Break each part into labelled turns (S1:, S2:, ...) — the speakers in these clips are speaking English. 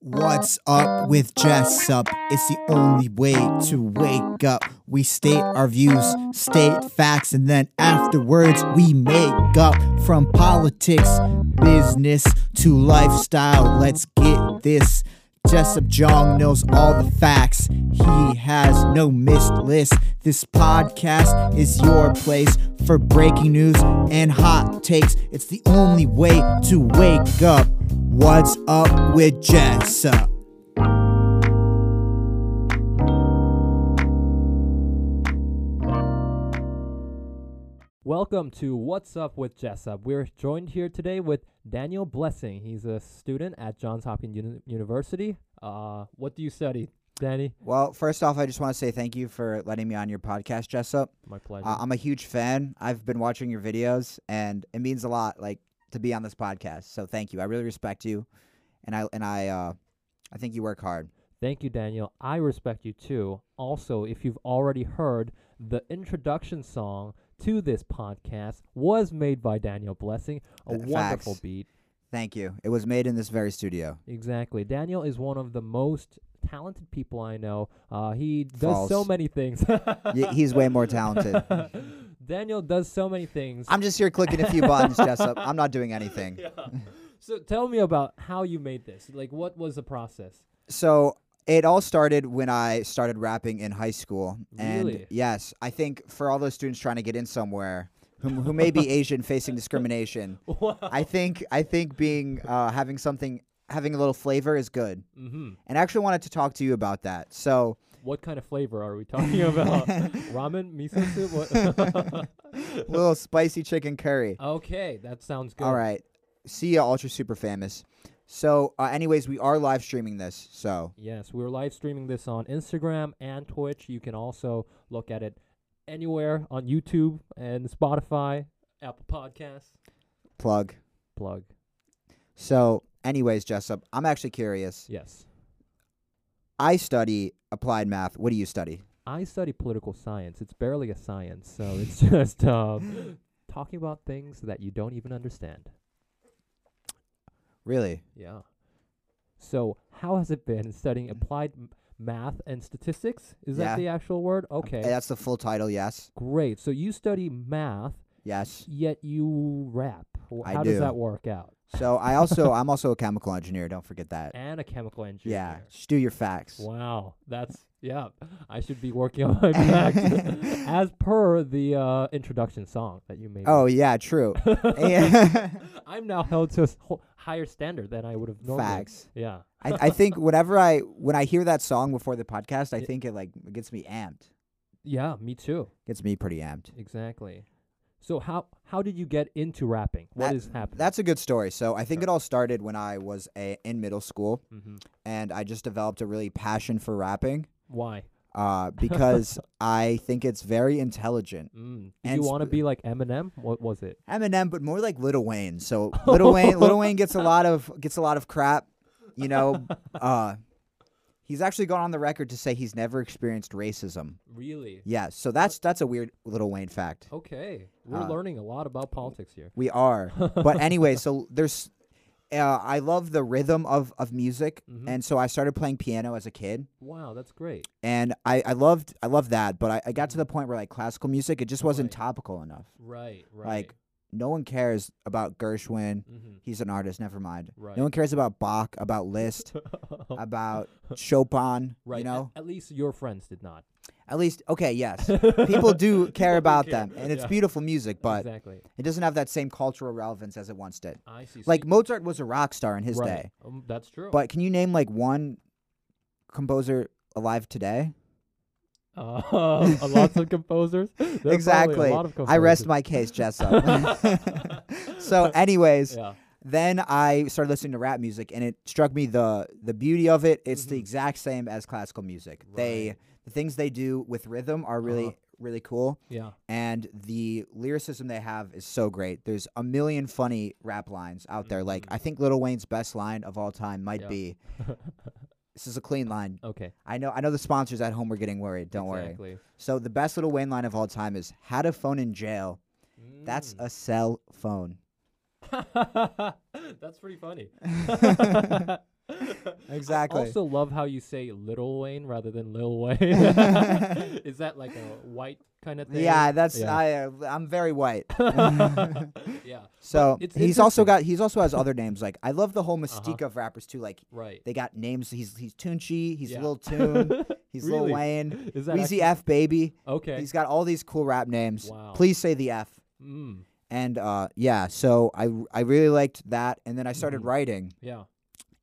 S1: What's up with Jessup? It's the only way to wake up. We state our views, state facts, and then afterwards we make up from politics, business to lifestyle. Let's get this. Jessup Jong knows all the facts. He has no missed list. This podcast is your place for breaking news and hot takes. It's the only way to wake up. What's up with Jessup?
S2: Welcome to What's Up with Jessup. We're joined here today with Daniel Blessing. He's a student at Johns Hopkins Uni- University. Uh, what do you study, Danny?
S1: Well, first off, I just want to say thank you for letting me on your podcast, Jessup.
S2: My pleasure.
S1: Uh, I'm a huge fan. I've been watching your videos, and it means a lot, like to be on this podcast. So thank you. I really respect you, and I and I, uh, I think you work hard.
S2: Thank you, Daniel. I respect you too. Also, if you've already heard, the introduction song to this podcast was made by Daniel Blessing. A
S1: Uh,
S2: wonderful
S1: facts.
S2: beat.
S1: Thank you. It was made in this very studio.
S2: Exactly. Daniel is one of the most talented people I know. Uh, he does so
S1: False.
S2: many things.
S1: Y- He's way more talented.
S2: Daniel does so many things.
S1: I'm just here clicking a few buttons, Jessup. I'm not doing anything.
S2: So tell me about how you made this. Like, what was the process?
S1: So it all started when I started rapping in high school. And
S2: Really?
S1: yes, I think for all those students trying to get in somewhere who, who may be Asian facing discrimination, I think I think being uh, having something having a little flavor is good.
S2: hmm
S1: And I actually wanted to talk to you about that. So
S2: What kind of flavor are we talking about? Ramen, miso soup. What?
S1: little spicy chicken curry.
S2: okay, that sounds good.
S1: All right. See ya, ultra super famous. So, uh, anyways, we are live streaming this. So
S2: Yes, we're live streaming this on Instagram and Twitch. You can also look at it anywhere on YouTube and Spotify, Apple Podcasts.
S1: plug.
S2: Plug.
S1: So, anyways, Jessup, I'm actually curious.
S2: Yes.
S1: I study applied math. What do you study?
S2: I study political science. It's barely a science, so it's just um, talking about things that you don't even understand.
S1: Really?
S2: Yeah. So, how has it been studying applied m- math and statistics? Is
S1: Mm-hmm. Yeah.
S2: that the actual word? Okay.
S1: Uh, That's the full title. Yes.
S2: Great. So, you study math,
S1: Yes.
S2: yet you rap. Wh-
S1: I
S2: How
S1: do.
S2: does that work out?
S1: So I also I'm also a chemical engineer. Don't forget that.
S2: And a chemical engineer.
S1: Yeah. Just do your facts.
S2: Wow. That's, yeah. I should be working on my math as per the uh, introduction song that you made.
S1: Oh yeah, true. And-
S2: I'm now held to a s- ho- higher standard than I would have normally.
S1: facts.
S2: Yeah.
S1: I, I think whenever I when I hear that song before the podcast, I think it like gets me amped.
S2: Yeah, me too.
S1: Gets me pretty amped.
S2: Exactly. So how how did you get into rapping? What
S1: That-
S2: is happening?
S1: That's a good story. So I think it all started when I was a, in middle school,
S2: Mhm.
S1: and I just developed a really passion for rapping
S2: Why?
S1: uh, because I think it's very intelligent.
S2: Mm. Did
S1: And
S2: you want to
S1: sp-
S2: be like Eminem? What was it?
S1: Eminem, but more like Little Wayne. So Little Wayne, Little Wayne gets a lot of gets a lot of crap. You know, uh, he's actually gone on the record to say he's never experienced racism.
S2: Really?
S1: Yeah, so that's that's a weird Little Wayne fact.
S2: Okay. We're
S1: Uh,
S2: learning a lot about politics here.
S1: We are, but anyway, so there's. Uh, I love the rhythm of of music,
S2: Mhm.
S1: and so I started playing piano as a kid,
S2: Wow, that's great.
S1: and I, I loved I loved that. But I, I got to the point where like classical music, it just wasn't
S2: Mm-hmm. Right.
S1: topical enough.
S2: Right, right.
S1: Like no one cares about Gershwin,
S2: Mhm.
S1: he's an artist. Never mind.
S2: Right.
S1: No one cares about Bach, about Liszt, about Chopin.
S2: right.
S1: You
S2: a-
S1: know,
S2: At, least your friends did not.
S1: at least okay, yes, people do care about
S2: care,
S1: them, and it's
S2: yeah.
S1: beautiful music, but
S2: exactly.
S1: it doesn't have that same cultural relevance as it once did.
S2: I see. So
S1: Like
S2: you-
S1: Mozart was a rock star in his
S2: right.
S1: day,
S2: Um, that's true.
S1: but can you name like one composer alive today?
S2: uh, a lots of composers. There are probably a
S1: exactly.
S2: lot of
S1: I rest
S2: composers.
S1: my case, Jessup. so, anyways,
S2: Yeah.
S1: then I started listening to rap music, and it struck me the the beauty of it. It's the exact same as classical music. They
S2: Mm-hmm. Right.
S1: the
S2: Uh-huh.
S1: things they do with rhythm are really really cool,
S2: Yeah.
S1: and the lyricism they have is so great. There's a million funny rap lines out there. Like I think Lil Wayne's best line of all time might
S2: Mm-hmm. Yeah.
S1: be. This is a clean line.
S2: Okay.
S1: I know. I know the sponsors at home were getting worried. Don't worry.
S2: exactly.
S1: So the best Lil Wayne line of all time is "Had a phone in jail. That's
S2: Mm.
S1: a cell phone."
S2: That's pretty funny.
S1: Exactly.
S2: Also, love how you say Little Wayne rather than Lil Wayne. Is that like a white kind of thing?
S1: yeah, that's
S2: Yeah.
S1: I. uh, I'm very white.
S2: yeah.
S1: So
S2: it's
S1: he's also
S2: interesting. Uh-huh.
S1: got he's also has other names. Like I love the whole mystique of rappers too. Like
S2: Right.
S1: they got names. He's he's Tunchi. He's
S2: Yeah.
S1: Lil Tune. He's
S2: Really?
S1: Lil Wayne.
S2: Is that
S1: Weezy
S2: actually-
S1: F baby.
S2: Okay.
S1: He's got all these cool rap names.
S2: Wow.
S1: Please say the F.
S2: mm,
S1: And uh, yeah, so I I really liked that, and then I started
S2: Mm-hmm.
S1: writing,
S2: yeah.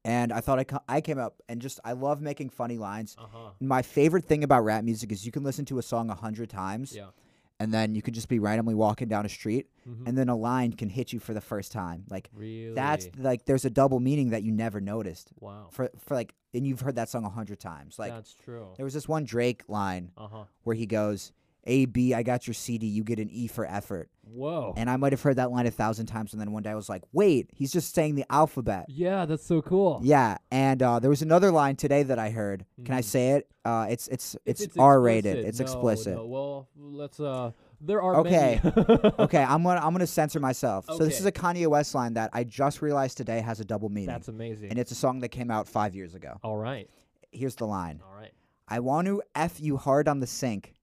S1: and I thought I ca- I came up and just I love making funny lines.
S2: Uh huh.
S1: My favorite thing about rap music is you can listen to a song a hundred times,
S2: Yeah.
S1: and then you could just be randomly walking down a street,
S2: Mhm.
S1: and then a line can hit you for the first time. Like
S2: Really.
S1: that's like there's a double meaning that you never noticed
S2: wow.
S1: for for like, and you've heard that song a hundred times. Like
S2: that's true.
S1: there was this one Drake line
S2: Uh huh.
S1: where he goes, "A B, I got your CD, you get an E for effort."
S2: Whoa.
S1: And I might have heard that line a thousand times, and then one day I was like, wait, he's just saying the alphabet.
S2: yeah, that's so cool.
S1: Yeah, and uh, there was another line today that I heard. Can I say it? Uh, it's it's it's, R-rated. It's
S2: Hmm. No,
S1: explicit.
S2: no, Well, let's. Uh, there are
S1: Okay.
S2: many-
S1: Okay, I'm gonna I'm gonna censor myself. So this is
S2: Okay.
S1: a Kanye West line that I just realized today has a double meaning,
S2: that's amazing.
S1: and it's a song that came out five years ago.
S2: all right.
S1: Here's the line:
S2: All right.
S1: I want to f you hard on the sink.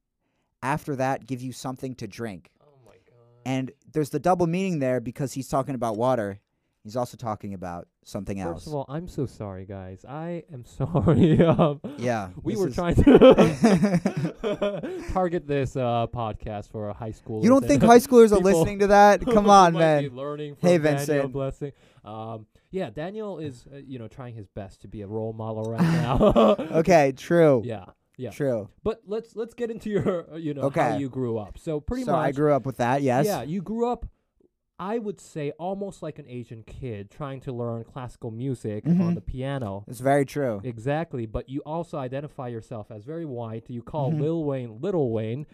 S1: After that, give you something to drink.
S2: Oh my god.
S1: And there's the double meaning there because he's talking about water. He's also talking about something else.
S2: First of all, I'm so sorry, guys. I am sorry. um,
S1: Yeah,
S2: we
S1: this
S2: were
S1: is-
S2: trying to target this uh, podcast for a high school.
S1: You don't think high schoolers are
S2: people
S1: listening to that? Come on,
S2: might be
S1: man.
S2: learning from
S1: Hey,
S2: Daniel
S1: Vincent.
S2: Blessing. Um, yeah, Daniel is uh, you know trying his best to be a role model right now.
S1: Okay, true.
S2: Yeah. Yeah.
S1: True.
S2: But let's let's get into your uh, you know how
S1: Okay.
S2: you grew up. So pretty
S1: so
S2: much
S1: I grew up with that, yes.
S2: Yeah, you grew up I would say almost like an Asian kid trying to learn classical music
S1: Mm-hmm.
S2: on the piano.
S1: It's very true.
S2: Exactly, but you also identify yourself as very white. You call
S1: Mm-hmm.
S2: Lil Wayne Little Wayne.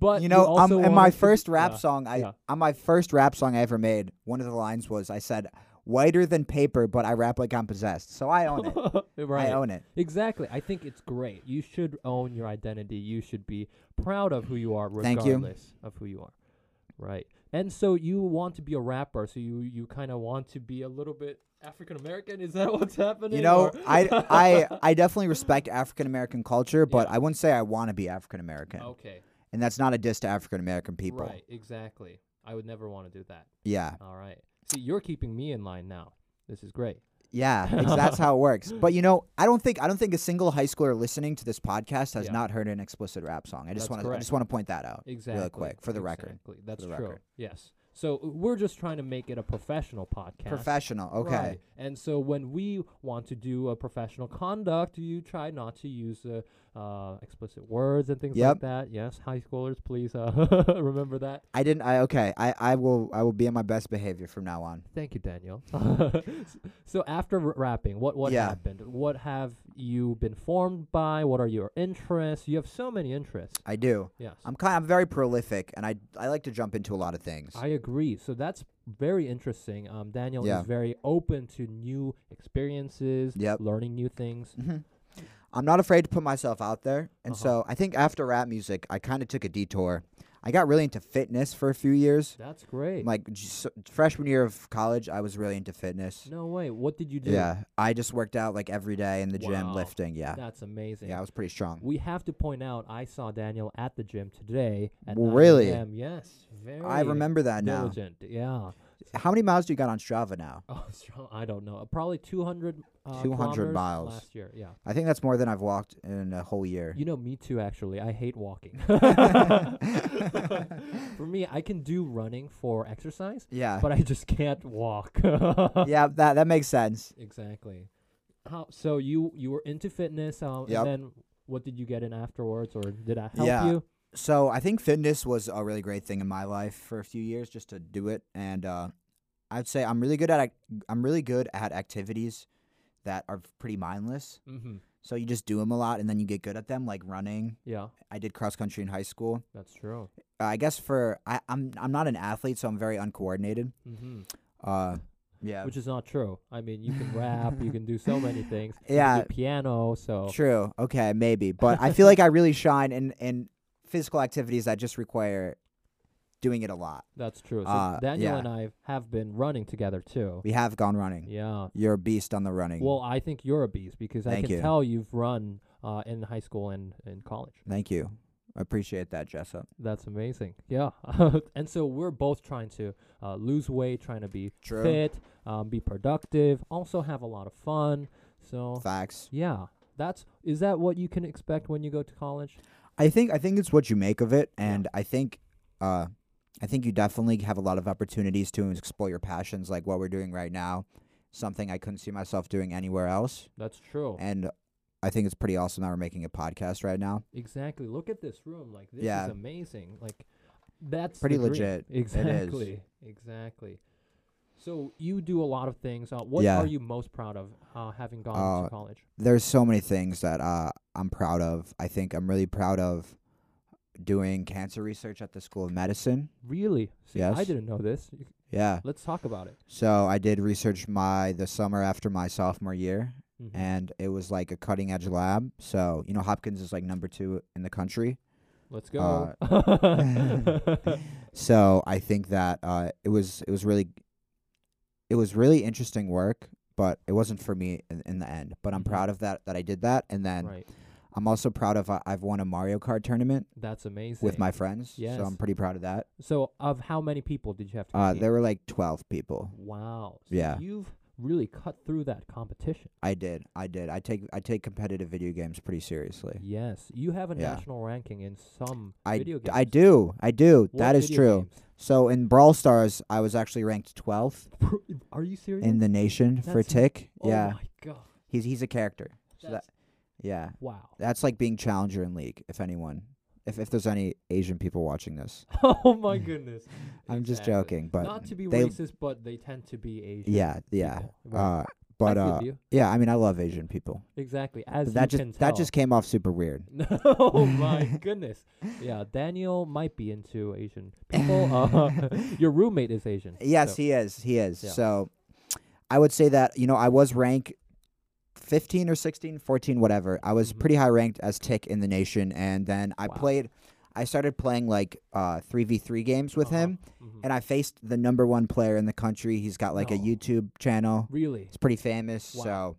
S2: but
S1: you know, um,
S2: also
S1: in
S2: wanted
S1: my
S2: to-
S1: first rap
S2: yeah,
S1: song, I
S2: uh, yeah.
S1: on my first rap song I ever made, one of the lines was I said, "Whiter than paper, but I rap like I'm possessed." So I own it.
S2: right.
S1: I own it.
S2: Exactly. I think it's great. You should own your identity. You should be proud of who you are,
S1: Thank you.
S2: regardless of who you are. Right. And so you want to be a rapper, so you you kind of want to be a little bit African American. Is that what's happening?
S1: You know,
S2: or-
S1: I I I definitely respect African American culture, but I wouldn't say I want to be African American.
S2: okay.
S1: And that's not a diss to African American people.
S2: Right. Exactly. I would never want to do that.
S1: Yeah.
S2: All right. See, you're keeping me in line now. This is great.
S1: Yeah, it's, that's how it works. But you know, I don't think I don't think a single high schooler listening to this podcast has
S2: Yeah.
S1: not heard an explicit rap song. I just
S2: That's
S1: want to I
S2: correct.
S1: just want to point that out
S2: Exactly.
S1: really quick for the record.
S2: Exactly. That's
S1: the
S2: true.
S1: record.
S2: Yes. So uh, we're just trying to make it a professional podcast.
S1: Professional, okay.
S2: Right. And so when we want to do a professional conduct, you try not to use uh, uh, explicit words and things
S1: Yep.
S2: like that. Yes, high schoolers, please uh, remember that.
S1: I didn't. I okay. I I will I will be on my best behavior from now on.
S2: Thank you, Daniel. so after r- rapping, what what
S1: Yeah.
S2: happened? What have you been formed by? What are your interests? You have so many interests.
S1: I do.
S2: Yes.
S1: I'm kind. I'm very prolific, and I I like to jump into a lot of things.
S2: I agree. So that's very interesting. Um, Daniel
S1: Yeah.
S2: is very open to new experiences,
S1: Yep.
S2: learning new things.
S1: I'm not afraid to put myself out there, and
S2: Uh-huh.
S1: so I think after rap music, I kind of took a detour. I got really into fitness for a few years.
S2: That's great.
S1: Like just, freshman year of college, I was really into fitness.
S2: no way. What did you do?
S1: Yeah, I just worked out like every day in the gym,
S2: Wow.
S1: lifting. Yeah,
S2: That's amazing.
S1: yeah, I was pretty strong.
S2: we have to point out I saw Daniel at the gym today at 9
S1: Really?
S2: a.m.. Yes. Very
S1: I remember that now.
S2: diligent. Yeah.
S1: How many miles do you got on Strava now?
S2: Oh, strong. I don't know. Uh, Probably 200 uh,
S1: 200
S2: kilometers
S1: miles.
S2: last year. Yeah.
S1: I think that's more than I've walked in a whole year.
S2: You know, me too, actually. I hate walking. for me, I can do running for exercise,
S1: yeah,
S2: but I just can't walk.
S1: yeah, that that makes sense.
S2: Exactly. How, so you you were into fitness, um,
S1: Yep.
S2: and then what did you get in afterwards, or did I help
S1: Yeah.
S2: you?
S1: So I think fitness was a really great thing in my life for a few years, just to do it. And uh, I'd say I'm really good at ac- I'm really good at activities that are pretty mindless.
S2: Mm-hmm.
S1: So you just do them a lot, and then you get good at them, like running.
S2: Yeah,
S1: I did cross country in high school.
S2: that's true.
S1: Uh, I guess for I, I'm I'm not an athlete, so I'm very uncoordinated.
S2: Mm-hmm.
S1: Uh, yeah,
S2: Which is not true. I mean, you can rap, you can do so many things. you can
S1: Yeah.
S2: do piano. So
S1: True. Okay, maybe. But I feel like I really shine in in physical activities that just require doing it a lot.
S2: That's true. So
S1: Uh,
S2: Daniel
S1: yeah.
S2: and I have been running together too.
S1: We have gone running.
S2: Yeah.
S1: You're a beast on the running.
S2: Well, I think you're a beast because I
S1: Thank
S2: can
S1: you.
S2: tell you've run uh, in high school and in college.
S1: Thank you. I appreciate that, Jessup.
S2: That's amazing. Yeah. and so we're both trying to uh, lose weight, trying to be
S1: True.
S2: fit, um, be productive, also have a lot of fun. So
S1: Facts.
S2: yeah, that's is that what you can expect when you go to college?
S1: I think I think it's what you make of it,
S2: Yeah.
S1: and I think, uh, I think you definitely have a lot of opportunities to explore your passions, like what we're doing right now. Something I couldn't see myself doing anywhere else,
S2: That's true.
S1: and I think it's pretty awesome that we're making a podcast right now.
S2: Exactly. Look at this room. Like this
S1: Yeah.
S2: is amazing. Like that's
S1: Pretty
S2: the dream.
S1: legit. It is.
S2: Exactly. Exactly. So you do a lot of things. Uh, what
S1: Yeah.
S2: are you most proud of uh, having gone to
S1: Uh,
S2: college?
S1: There's so many things that uh, I'm proud of. I think I'm really proud of doing cancer research at the School of Medicine.
S2: Really? See, I
S1: yes.
S2: didn't know this. You-
S1: Yeah.
S2: Let's talk about it.
S1: So I did research my the summer after my sophomore year,
S2: Mhm.
S1: and it was like a cutting edge lab. So you know Hopkins is like number two in the country.
S2: Let's go.
S1: Uh, So I think that uh, it was it was really it was really interesting work, but it wasn't for me in, in the end. But I'm
S2: Mhm.
S1: proud of that that I did that, and then
S2: right.
S1: I'm also proud of I, I've won a Mario Kart tournament
S2: That's amazing.
S1: with my friends.
S2: Yes.
S1: So I'm pretty proud of that.
S2: so of how many people did you have to
S1: Uh,
S2: compete?
S1: there were like 12 people.
S2: Wow. So
S1: Yeah.
S2: You've really cut through that competition.
S1: I did. I did. I take I take competitive video games pretty seriously.
S2: Yes. You have a
S1: Yeah.
S2: national ranking in some
S1: I,
S2: video
S1: d-
S2: games.
S1: I do. I do.
S2: What
S1: that is
S2: video
S1: true.
S2: games?
S1: So in Brawl Stars, I was actually ranked 12th
S2: Bro, Are you serious?
S1: in the nation for
S2: That's-
S1: Tick.
S2: oh
S1: yeah.
S2: my god.
S1: He's he's a character. So that,
S2: That's-
S1: yeah.
S2: wow.
S1: That's like being challenger in league if anyone if if there's any Asian people watching this.
S2: oh my goodness.
S1: I'm just
S2: Exactly.
S1: joking, but
S2: Not to be
S1: they-
S2: racist, but they tend to be Asian.
S1: yeah, yeah.
S2: people. Right.
S1: Uh but
S2: I feel
S1: uh
S2: you.
S1: yeah, I mean I love Asian people.
S2: exactly
S1: But
S2: as you
S1: that
S2: can
S1: just that
S2: tell.
S1: just came off super weird.
S2: oh my goodness. Yeah, Daniel might be into Asian people. Uh, your roommate is Asian.
S1: Yes,
S2: so-
S1: he is. He is.
S2: Yeah.
S1: So I would say that, you know, I was ranked 15 or 16, 14, whatever. I was
S2: Mhm.
S1: pretty high ranked as Tick in the nation. And then I
S2: Wow.
S1: played, I started playing like uh, 3v3 games with
S2: Uh-huh,
S1: him.
S2: mhm.
S1: And I faced the number one player in the country. He's got like a
S2: No.
S1: YouTube channel.
S2: really,
S1: It's pretty famous.
S2: Oh. Wow.
S1: So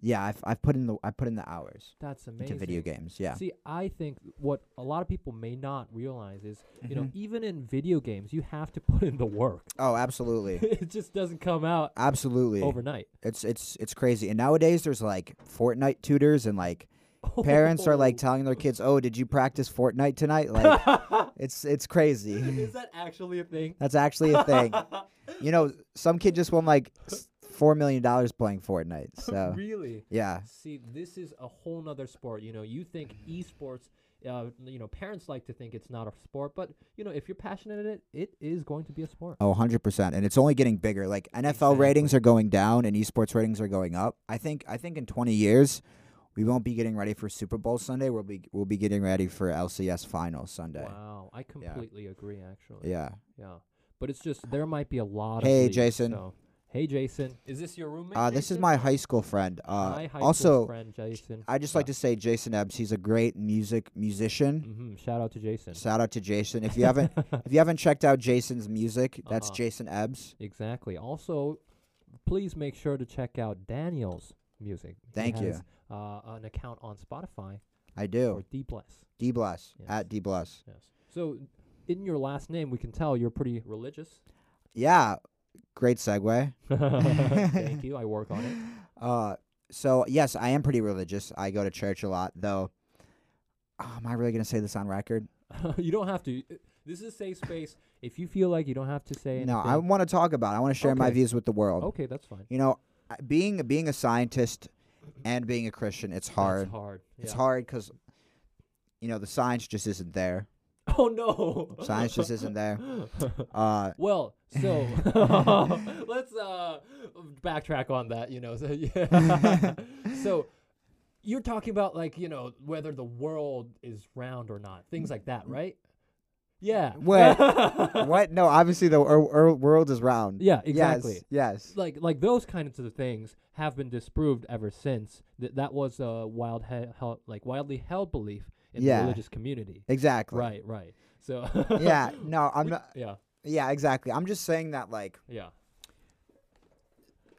S1: yeah, I've, I've put in the, I put in the hours
S2: that's
S1: into
S2: amazing.
S1: video games. Yeah.
S2: See, I think what a lot of people may not realize is, you know,
S1: Mhm.
S2: even in video games, you have to put in the work.
S1: Oh, absolutely.
S2: it just doesn't come out
S1: absolutely.
S2: overnight.
S1: It's, it's, it's crazy. And nowadays there's like Fortnite tutors and like, parents are like telling their kids, "Oh, did you practice Fortnite tonight?" Like it's it's crazy.
S2: is that actually a thing?
S1: That's actually a thing. You know, some kid just won like s- 4 million dollars playing Fortnite. So,
S2: really?
S1: yeah.
S2: See, this is a whole nother sport. You know, you think esports. Uh, you know, parents like to think it's not a sport, but you know, if you're passionate in it, it is going to be a sport.
S1: Oh, 100%. And it's only getting bigger. Like NFL
S2: Exactly.
S1: ratings are going down and esports ratings are going up. I think I think in 20 years we won't be getting ready for Super Bowl Sunday. We'll be we'll be getting ready for LCS final Sunday.
S2: Wow, I completely agree. Actually,
S1: Yeah.
S2: yeah, but it's just there might be a lot.
S1: Hey,
S2: of leagues,
S1: Jason.
S2: so- Hey, Jason. Is this your roommate?
S1: Uh, this is
S2: Jason?
S1: my high school friend. Uh,
S2: My high school
S1: also,
S2: friend Jason.
S1: I just like to say Jason Ebbs. He's a great music musician.
S2: hmm Shout out to Jason.
S1: Shout out to Jason. If you haven't if you haven't checked out Jason's music, that's
S2: Uh-huh.
S1: Jason Ebbs.
S2: Exactly. Also, please make sure to check out Daniel's music. He
S1: Thank you.
S2: has, Uh, an account on Spotify
S1: I
S2: or
S1: do.
S2: D Bless.
S1: D Bless
S2: Yes.
S1: at D Bless.
S2: Yes. So, in your last name, we can tell you're pretty religious.
S1: Yeah, great segue.
S2: Thank you. I work on it.
S1: Uh, so yes, I am pretty religious. I go to church a lot, though. Oh, am I really gonna say this on record?
S2: you don't have to. uh, This is safe space. If you feel like you don't have to say anything.
S1: No, I want to talk about. it. I want to share my
S2: Okay. Oh.
S1: views with the world.
S2: Okay, that's fine.
S1: You know, I- being being a scientist and being a Christian, it's hard.
S2: That's hard.
S1: It's
S2: yeah.
S1: hard because you know the science just isn't there.
S2: Oh no.
S1: Science just isn't there. Uh,
S2: Well, so let's uh, backtrack on that. You know, so yeah. so you're talking about like you know whether the world is round or not, things like that, right? Yeah.
S1: Well, what? No, obviously the er- er- world is round.
S2: yeah. Exactly.
S1: Yes. yes.
S2: Like like those kinds of things have been disproved ever since. That that was a wild he- held, like wildly held belief in
S1: Yeah.
S2: the religious community.
S1: Exactly.
S2: Right. Right. So
S1: yeah, no, I'm not.
S2: yeah,
S1: Yeah, exactly. I'm just saying that, like,
S2: yeah,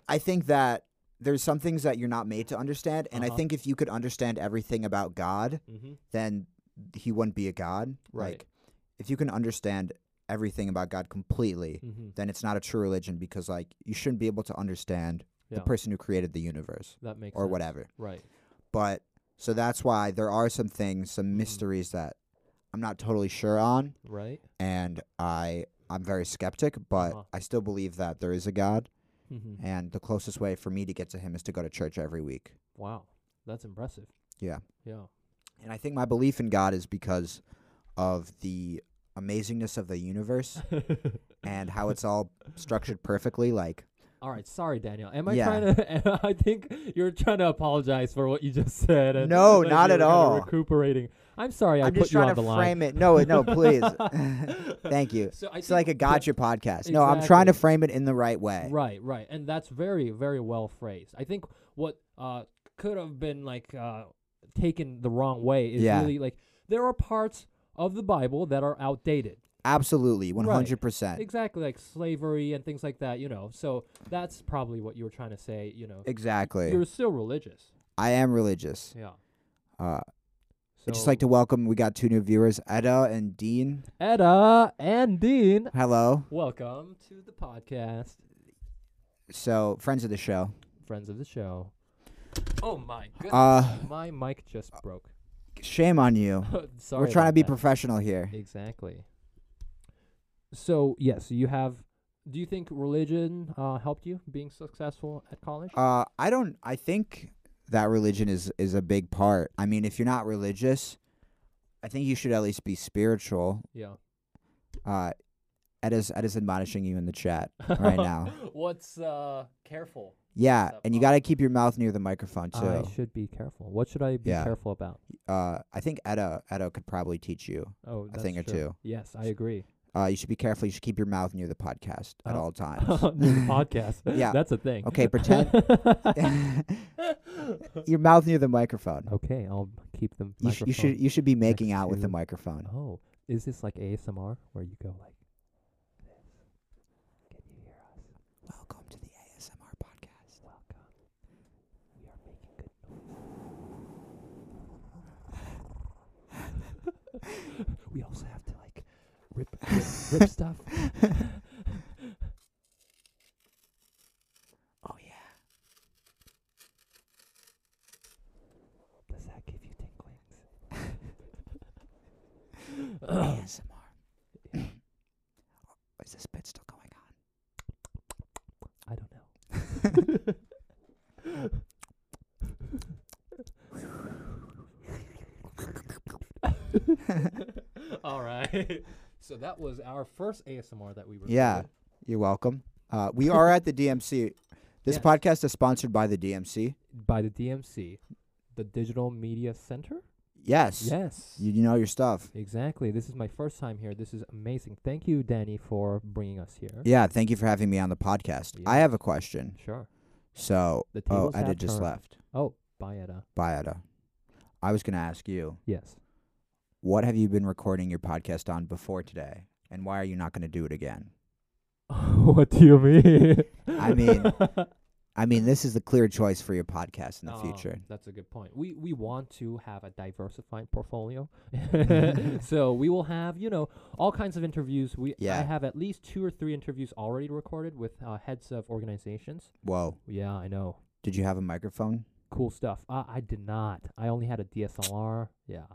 S1: I think that there's some things that you're not made to understand, and I
S2: Uh-huh.
S1: think if you could understand everything about God,
S2: hmm
S1: then he wouldn't be a god.
S2: Right.
S1: Like, if you can understand everything about God completely,
S2: hmm
S1: then it's not a true religion because, like, you shouldn't be able to understand
S2: Yeah.
S1: the person who created the universe
S2: that makes
S1: or
S2: sense.
S1: whatever.
S2: Right.
S1: But so that's why there are some things,
S2: Mm-hmm.
S1: some mysteries that I'm not totally sure on,
S2: Right.
S1: and I I'm very skeptic, but
S2: Uh-huh.
S1: I still believe that there is a God,
S2: hmm
S1: and the closest way for me to get to Him is to go to church every week.
S2: Wow, that's impressive.
S1: Yeah.
S2: Yeah.
S1: And I think my belief in God is because of the amazingness of the universe and how it's all structured perfectly. Like,
S2: All right, sorry, Daniel. Am I
S1: Yeah.
S2: trying to? I think you're trying to apologize for what you just said. and
S1: No,
S2: that
S1: not
S2: you
S1: at
S2: were kinda
S1: all.
S2: Recuperating. I'm sorry, I
S1: I'm
S2: put
S1: just
S2: you
S1: trying
S2: on
S1: to
S2: the
S1: frame
S2: line.
S1: it. No, no, please. Thank you.
S2: So I
S1: It's
S2: think
S1: like a
S2: that-
S1: gotcha podcast. No, I'm trying to frame it in the right way.
S2: Right, right, and that's very, very well phrased. I think what uh, could have been like uh, taken the wrong way is
S1: Yeah.
S2: really like there are parts of the Bible that are outdated.
S1: Absolutely, 100%.
S2: Exactly, like slavery and things like that. You know, so that's probably what you were trying to say. You know,
S1: Exactly.
S2: you're still religious.
S1: I am religious.
S2: Yeah.
S1: Uh,
S2: So
S1: I'd just like to welcome, we got two new viewers, Etta and Dean.
S2: Edda and Dean.
S1: Hello.
S2: Welcome to the podcast,
S1: So, friends of the show.
S2: friends of the show. Oh my goodness,
S1: Uh,
S2: my mic just broke.
S1: shame on you.
S2: Sorry,
S1: We're trying to
S2: about
S1: be
S2: that.
S1: professional here.
S2: exactly. So yes, you have. Do you think religion uh, helped you being successful at college?
S1: Uh, I don't. I think that religion is is a big part. I mean, if you're not religious, I think you should at least be spiritual.
S2: yeah.
S1: Uh, Ed is Ed is admonishing you in the chat right now.
S2: What's uh careful?
S1: Yeah,
S2: Stop
S1: and you
S2: off.
S1: got to keep your mouth near the microphone
S2: I
S1: too.
S2: should be careful. What should I be
S1: Yeah.
S2: careful about?
S1: Uh, I think Edo Edo could probably teach you
S2: Oh,
S1: a
S2: that's
S1: thing or
S2: true.
S1: two.
S2: Yes, I agree.
S1: Uh, you should be careful. You should keep your mouth near the podcast at
S2: Oh.
S1: all times.
S2: New podcast.
S1: Yeah.
S2: that's a thing.
S1: Okay, pretend your mouth near the microphone.
S2: Okay, I'll keep them.
S1: You, sh- you should you should be making out with the
S2: Oh, to-
S1: microphone.
S2: Oh, is this like ASMR where you go like this? Can you hear us?
S1: Welcome to the ASMR podcast.
S2: Welcome. We are making good noise. we also have to like rip rip, rip stuff.
S1: Oh yeah.
S2: Does that give you tinglings?
S1: ASMR. Is this bit still going on?
S2: I don't know. All right. So that was our first ASMR that we recorded.
S1: Yeah. You're welcome. Uh, we are at the DMC. This
S2: Yes.
S1: podcast is sponsored by the DMC.
S2: By the DMC, the Digital Media Center?
S1: Yes.
S2: Yes.
S1: You, you know your stuff.
S2: exactly. This is my first time here. This is amazing. Thank you, Danny, for bringing us here.
S1: Yeah. Thank you for having me on the podcast. I
S2: Yeah.
S1: have a question.
S2: Sure.
S1: So,
S2: The
S1: oh,
S2: tables
S1: Eda
S2: have
S1: just
S2: turned.
S1: left.
S2: Oh, bye, Etta.
S1: Bye, Eda. I was going to ask you,
S2: Yes.
S1: what have you been recording your podcast on before today? And why are you not going to do it again?
S2: what do you mean?
S1: I mean, I mean, this is the clear choice for your podcast in the
S2: Oh,
S1: future.
S2: That's a good point. We we want to have a diversified portfolio,
S1: Mm-hmm.
S2: so we will have you know all kinds of interviews. We I
S1: Yeah.
S2: have at least two or three interviews already recorded with uh, heads of organizations.
S1: Whoa.
S2: Yeah, I know.
S1: Did you have a microphone?
S2: Cool stuff. Uh, I did not. I only had a DSLR. Yeah.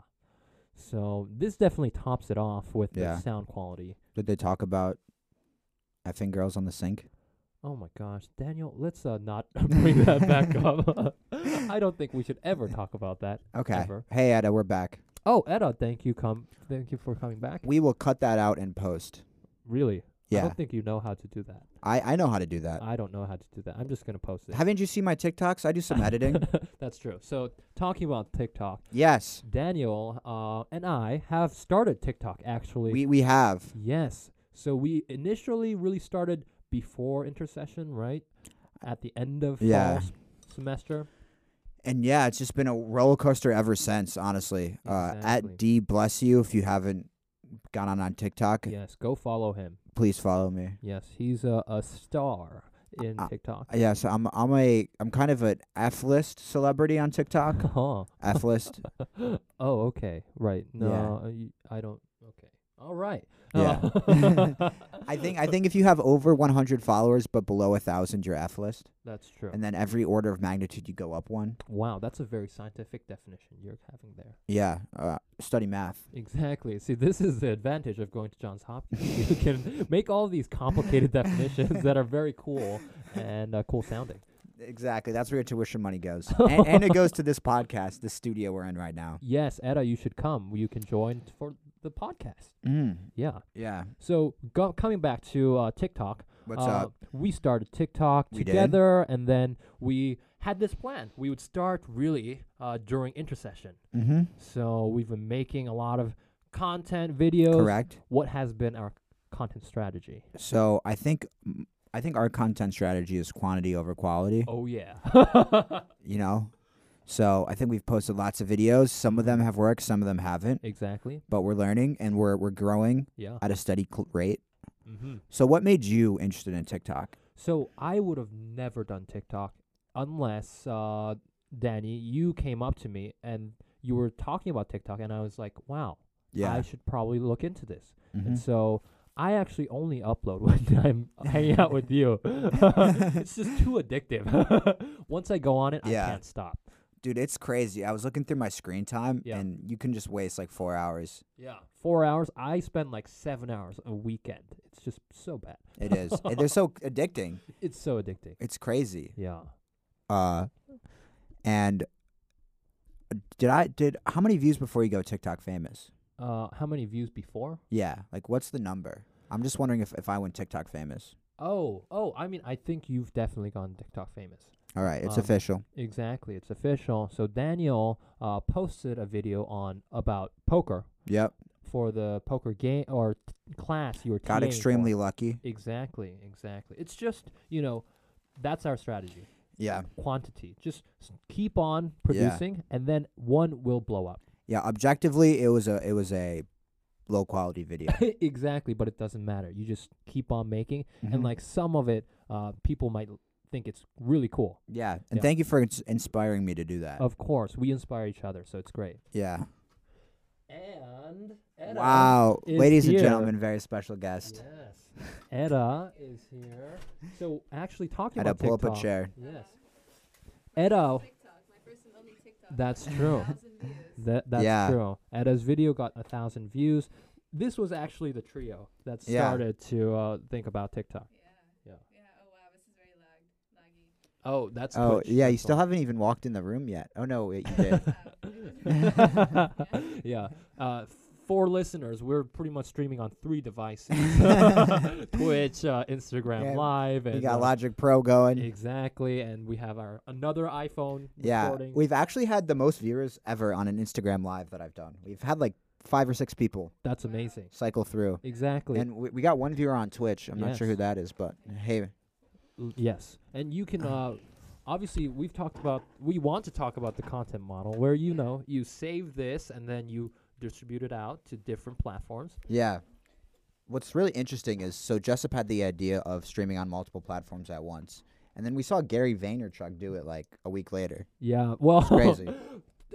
S2: So this definitely tops it off with
S1: Yeah.
S2: the sound quality.
S1: Did they talk about effing girls on the sink?
S2: Oh my gosh, Daniel, let's uh, not bring that back up. I don't think we should ever talk about that.
S1: Okay.
S2: Ever.
S1: Hey, Ada, we're back.
S2: Oh, Edda, thank you come thank you for coming back.
S1: We will cut that out and post.
S2: Really? I
S1: Yeah, Uh,
S2: don't think you know how to do that.
S1: I, I know how to do that.
S2: I don't know how to do that. I'm just gonna post it.
S1: Haven't you seen my TikToks? I do some editing.
S2: That's true. So talking about TikTok,
S1: yes,
S2: Daniel uh, and I have started TikTok actually.
S1: we we have.
S2: yes. So we initially really started before intercession, right? At the end of
S1: Yeah.
S2: fall s- semester.
S1: And yeah, it's just been a roller coaster ever since. Honestly, uh,
S2: Exactly.
S1: at D bless you if you haven't got on on TikTok.
S2: Yes, go follow him.
S1: Please follow me.
S2: Yes, he's a, a star in
S1: Uh,
S2: TikTok.
S1: Uh, Yeah, so I'm I'm a I'm kind of an F list celebrity on TikTok.
S2: Huh.
S1: F list.
S2: Uh-huh. oh, okay. Right. No, uh, y- I don't. Okay. All right.
S1: Yeah.
S2: Oh.
S1: I think I think if you have over 100 followers but below a thousand, you're F list,
S2: that's true.
S1: and then every order of magnitude you go up one.
S2: Wow, that's a very scientific definition you're having there.
S1: Yeah, uh, study math.
S2: Exactly. See, this is the advantage of going to Johns Hopkins. you can make all these complicated definitions that are very cool and uh, cool sounding.
S1: Exactly. That's where your tuition money goes, and, and it goes to this podcast, this studio we're in right now.
S2: Yes, Etta, you should come. You can join t- for the podcast.
S1: Mm.
S2: Yeah.
S1: Yeah.
S2: So go- coming back to uh, TikTok,
S1: What's
S2: uh,
S1: up?
S2: We started TikTok
S1: We did?
S2: together, and then we had this plan. We would start really uh, during intercession.
S1: Mm-hmm.
S2: So we've been making a lot of content videos.
S1: Correct.
S2: What has been our content strategy?
S1: So I think I think our content strategy is quantity over quality.
S2: Oh yeah.
S1: You know. So I think we've posted lots of videos. Some of them have worked, some of them haven't.
S2: exactly.
S1: But we're learning and we're we're growing
S2: Yeah.
S1: at a steady cl- rate.
S2: hmm
S1: So what made you interested in TikTok?
S2: So I would have never done TikTok unless uh, Danny, you came up to me and you were talking about TikTok, and I was like, wow, I should probably look into this.
S1: Mm-hmm.
S2: And so I actually only upload when I'm hanging out with you. it's just too addictive. Once I go on it,
S1: Yeah.
S2: I can't stop.
S1: Dude, it's crazy. I was looking through my screen time
S2: Yeah.
S1: and you can just waste like 4 hours.
S2: Yeah. Four hours. I spend like seven hours a weekend. It's just so bad.
S1: It is. And They're so addicting.
S2: It's so addictive.
S1: It's crazy.
S2: Yeah.
S1: Uh and did I did how many views before you go TikTok famous?
S2: Uh, how many views before?
S1: Yeah, like what's the number? I'm just wondering if if I went TikTok famous.
S2: Oh, oh, I mean, I think you've definitely gone TikTok famous.
S1: All right, it's
S2: Um,
S1: official.
S2: Exactly. It's official. So Daniel uh, posted a video on about poker
S1: Yep.
S2: for the poker game or t- class you were
S1: Got
S2: TAing for.
S1: extremely lucky.
S2: Exactly, exactly. It's just, you know, that's our strategy.
S1: Yeah.
S2: Quantity. Just s- keep on
S1: Yeah.
S2: producing and then one will blow up.
S1: Yeah, objectively it was a it was a low quality video.
S2: exactly, but it doesn't matter. You just keep on making
S1: Mhm.
S2: and like some of it uh people might l- think it's really cool.
S1: Yeah, and
S2: Yeah. Oh.
S1: thank you for ins- inspiring me to do that.
S2: Of course, we inspire each other, so it's great.
S1: yeah.
S2: And uh,
S1: Wow,
S2: is
S1: ladies and
S2: here.
S1: gentlemen, very special guest.
S2: Yes. Edda is here. So actually talking
S1: Had to
S2: about
S1: pull up a
S2: TikTok-
S1: chair.
S2: Yes. Edda,
S3: TikTok, my first and only TikTok.
S2: that's
S1: Oh.
S2: true.
S3: 1,000 views.
S2: That that's
S1: Yeah.
S2: true. Eda's video got a thousand views. This was actually the trio that
S1: Yeah.
S2: started to uh, think about TikTok.
S3: Yeah.
S2: Yeah.
S3: Yeah. Oh wow, this is very lagged, laggy.
S2: Oh, that's
S1: Oh yeah, you still haven't even walked in the room yet. Oh no, wait, you did.
S2: have. yeah. Uh, for listeners, we're pretty much streaming on three devices: Twitch, uh, Instagram
S1: Yeah,
S2: Live, and
S1: we got
S2: uh,
S1: Logic Pro going.
S2: exactly. And we have our another iPhone
S1: Yeah,
S2: recording.
S1: we've actually had the most viewers ever on an Instagram live that I've done. We've had like five or six people
S2: that's amazing.
S1: cycle through,
S2: Exactly.
S1: and we, we got one viewer on Twitch. I'm not sure who
S2: Yes.
S1: that is, but hey,
S2: L- Yes, and you can. Uh, obviously, we've talked about. We want to talk about the content model, where you know you save this and then you distribute it out to different platforms.
S1: yeah. What's really interesting is so Jessup had the idea of streaming on multiple platforms at once, and then we saw Gary Vaynerchuk do it like a week later.
S2: Yeah. Well.
S1: Crazy.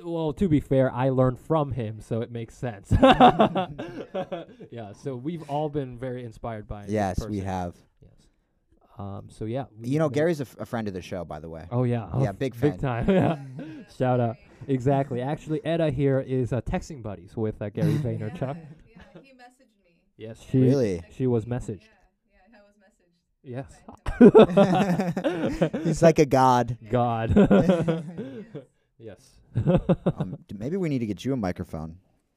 S2: Well, to be fair, I learned from him, so it makes sense. yeah. So we've all been very inspired by. this
S1: yes, we
S2: person.
S1: have.
S2: Yes. Um. So yeah. we
S1: You know,
S2: may-
S1: Gary's a, f- a friend of the show, by the way.
S2: Oh yeah. oh,
S1: Yeah, big
S2: Big
S1: fan.
S2: time. yeah. Shout out. Exactly. Actually, Edda here is uh, texting buddies with uh, Gary Vaynerchuk.
S3: Yeah, yeah, he messaged me.
S2: Yes, she
S1: Really?
S2: she was messaged.
S3: Yeah, yeah, I was messaged.
S2: Yes.
S1: He's like a god.
S2: God. yes.
S1: Um, d- maybe we need to get you a microphone.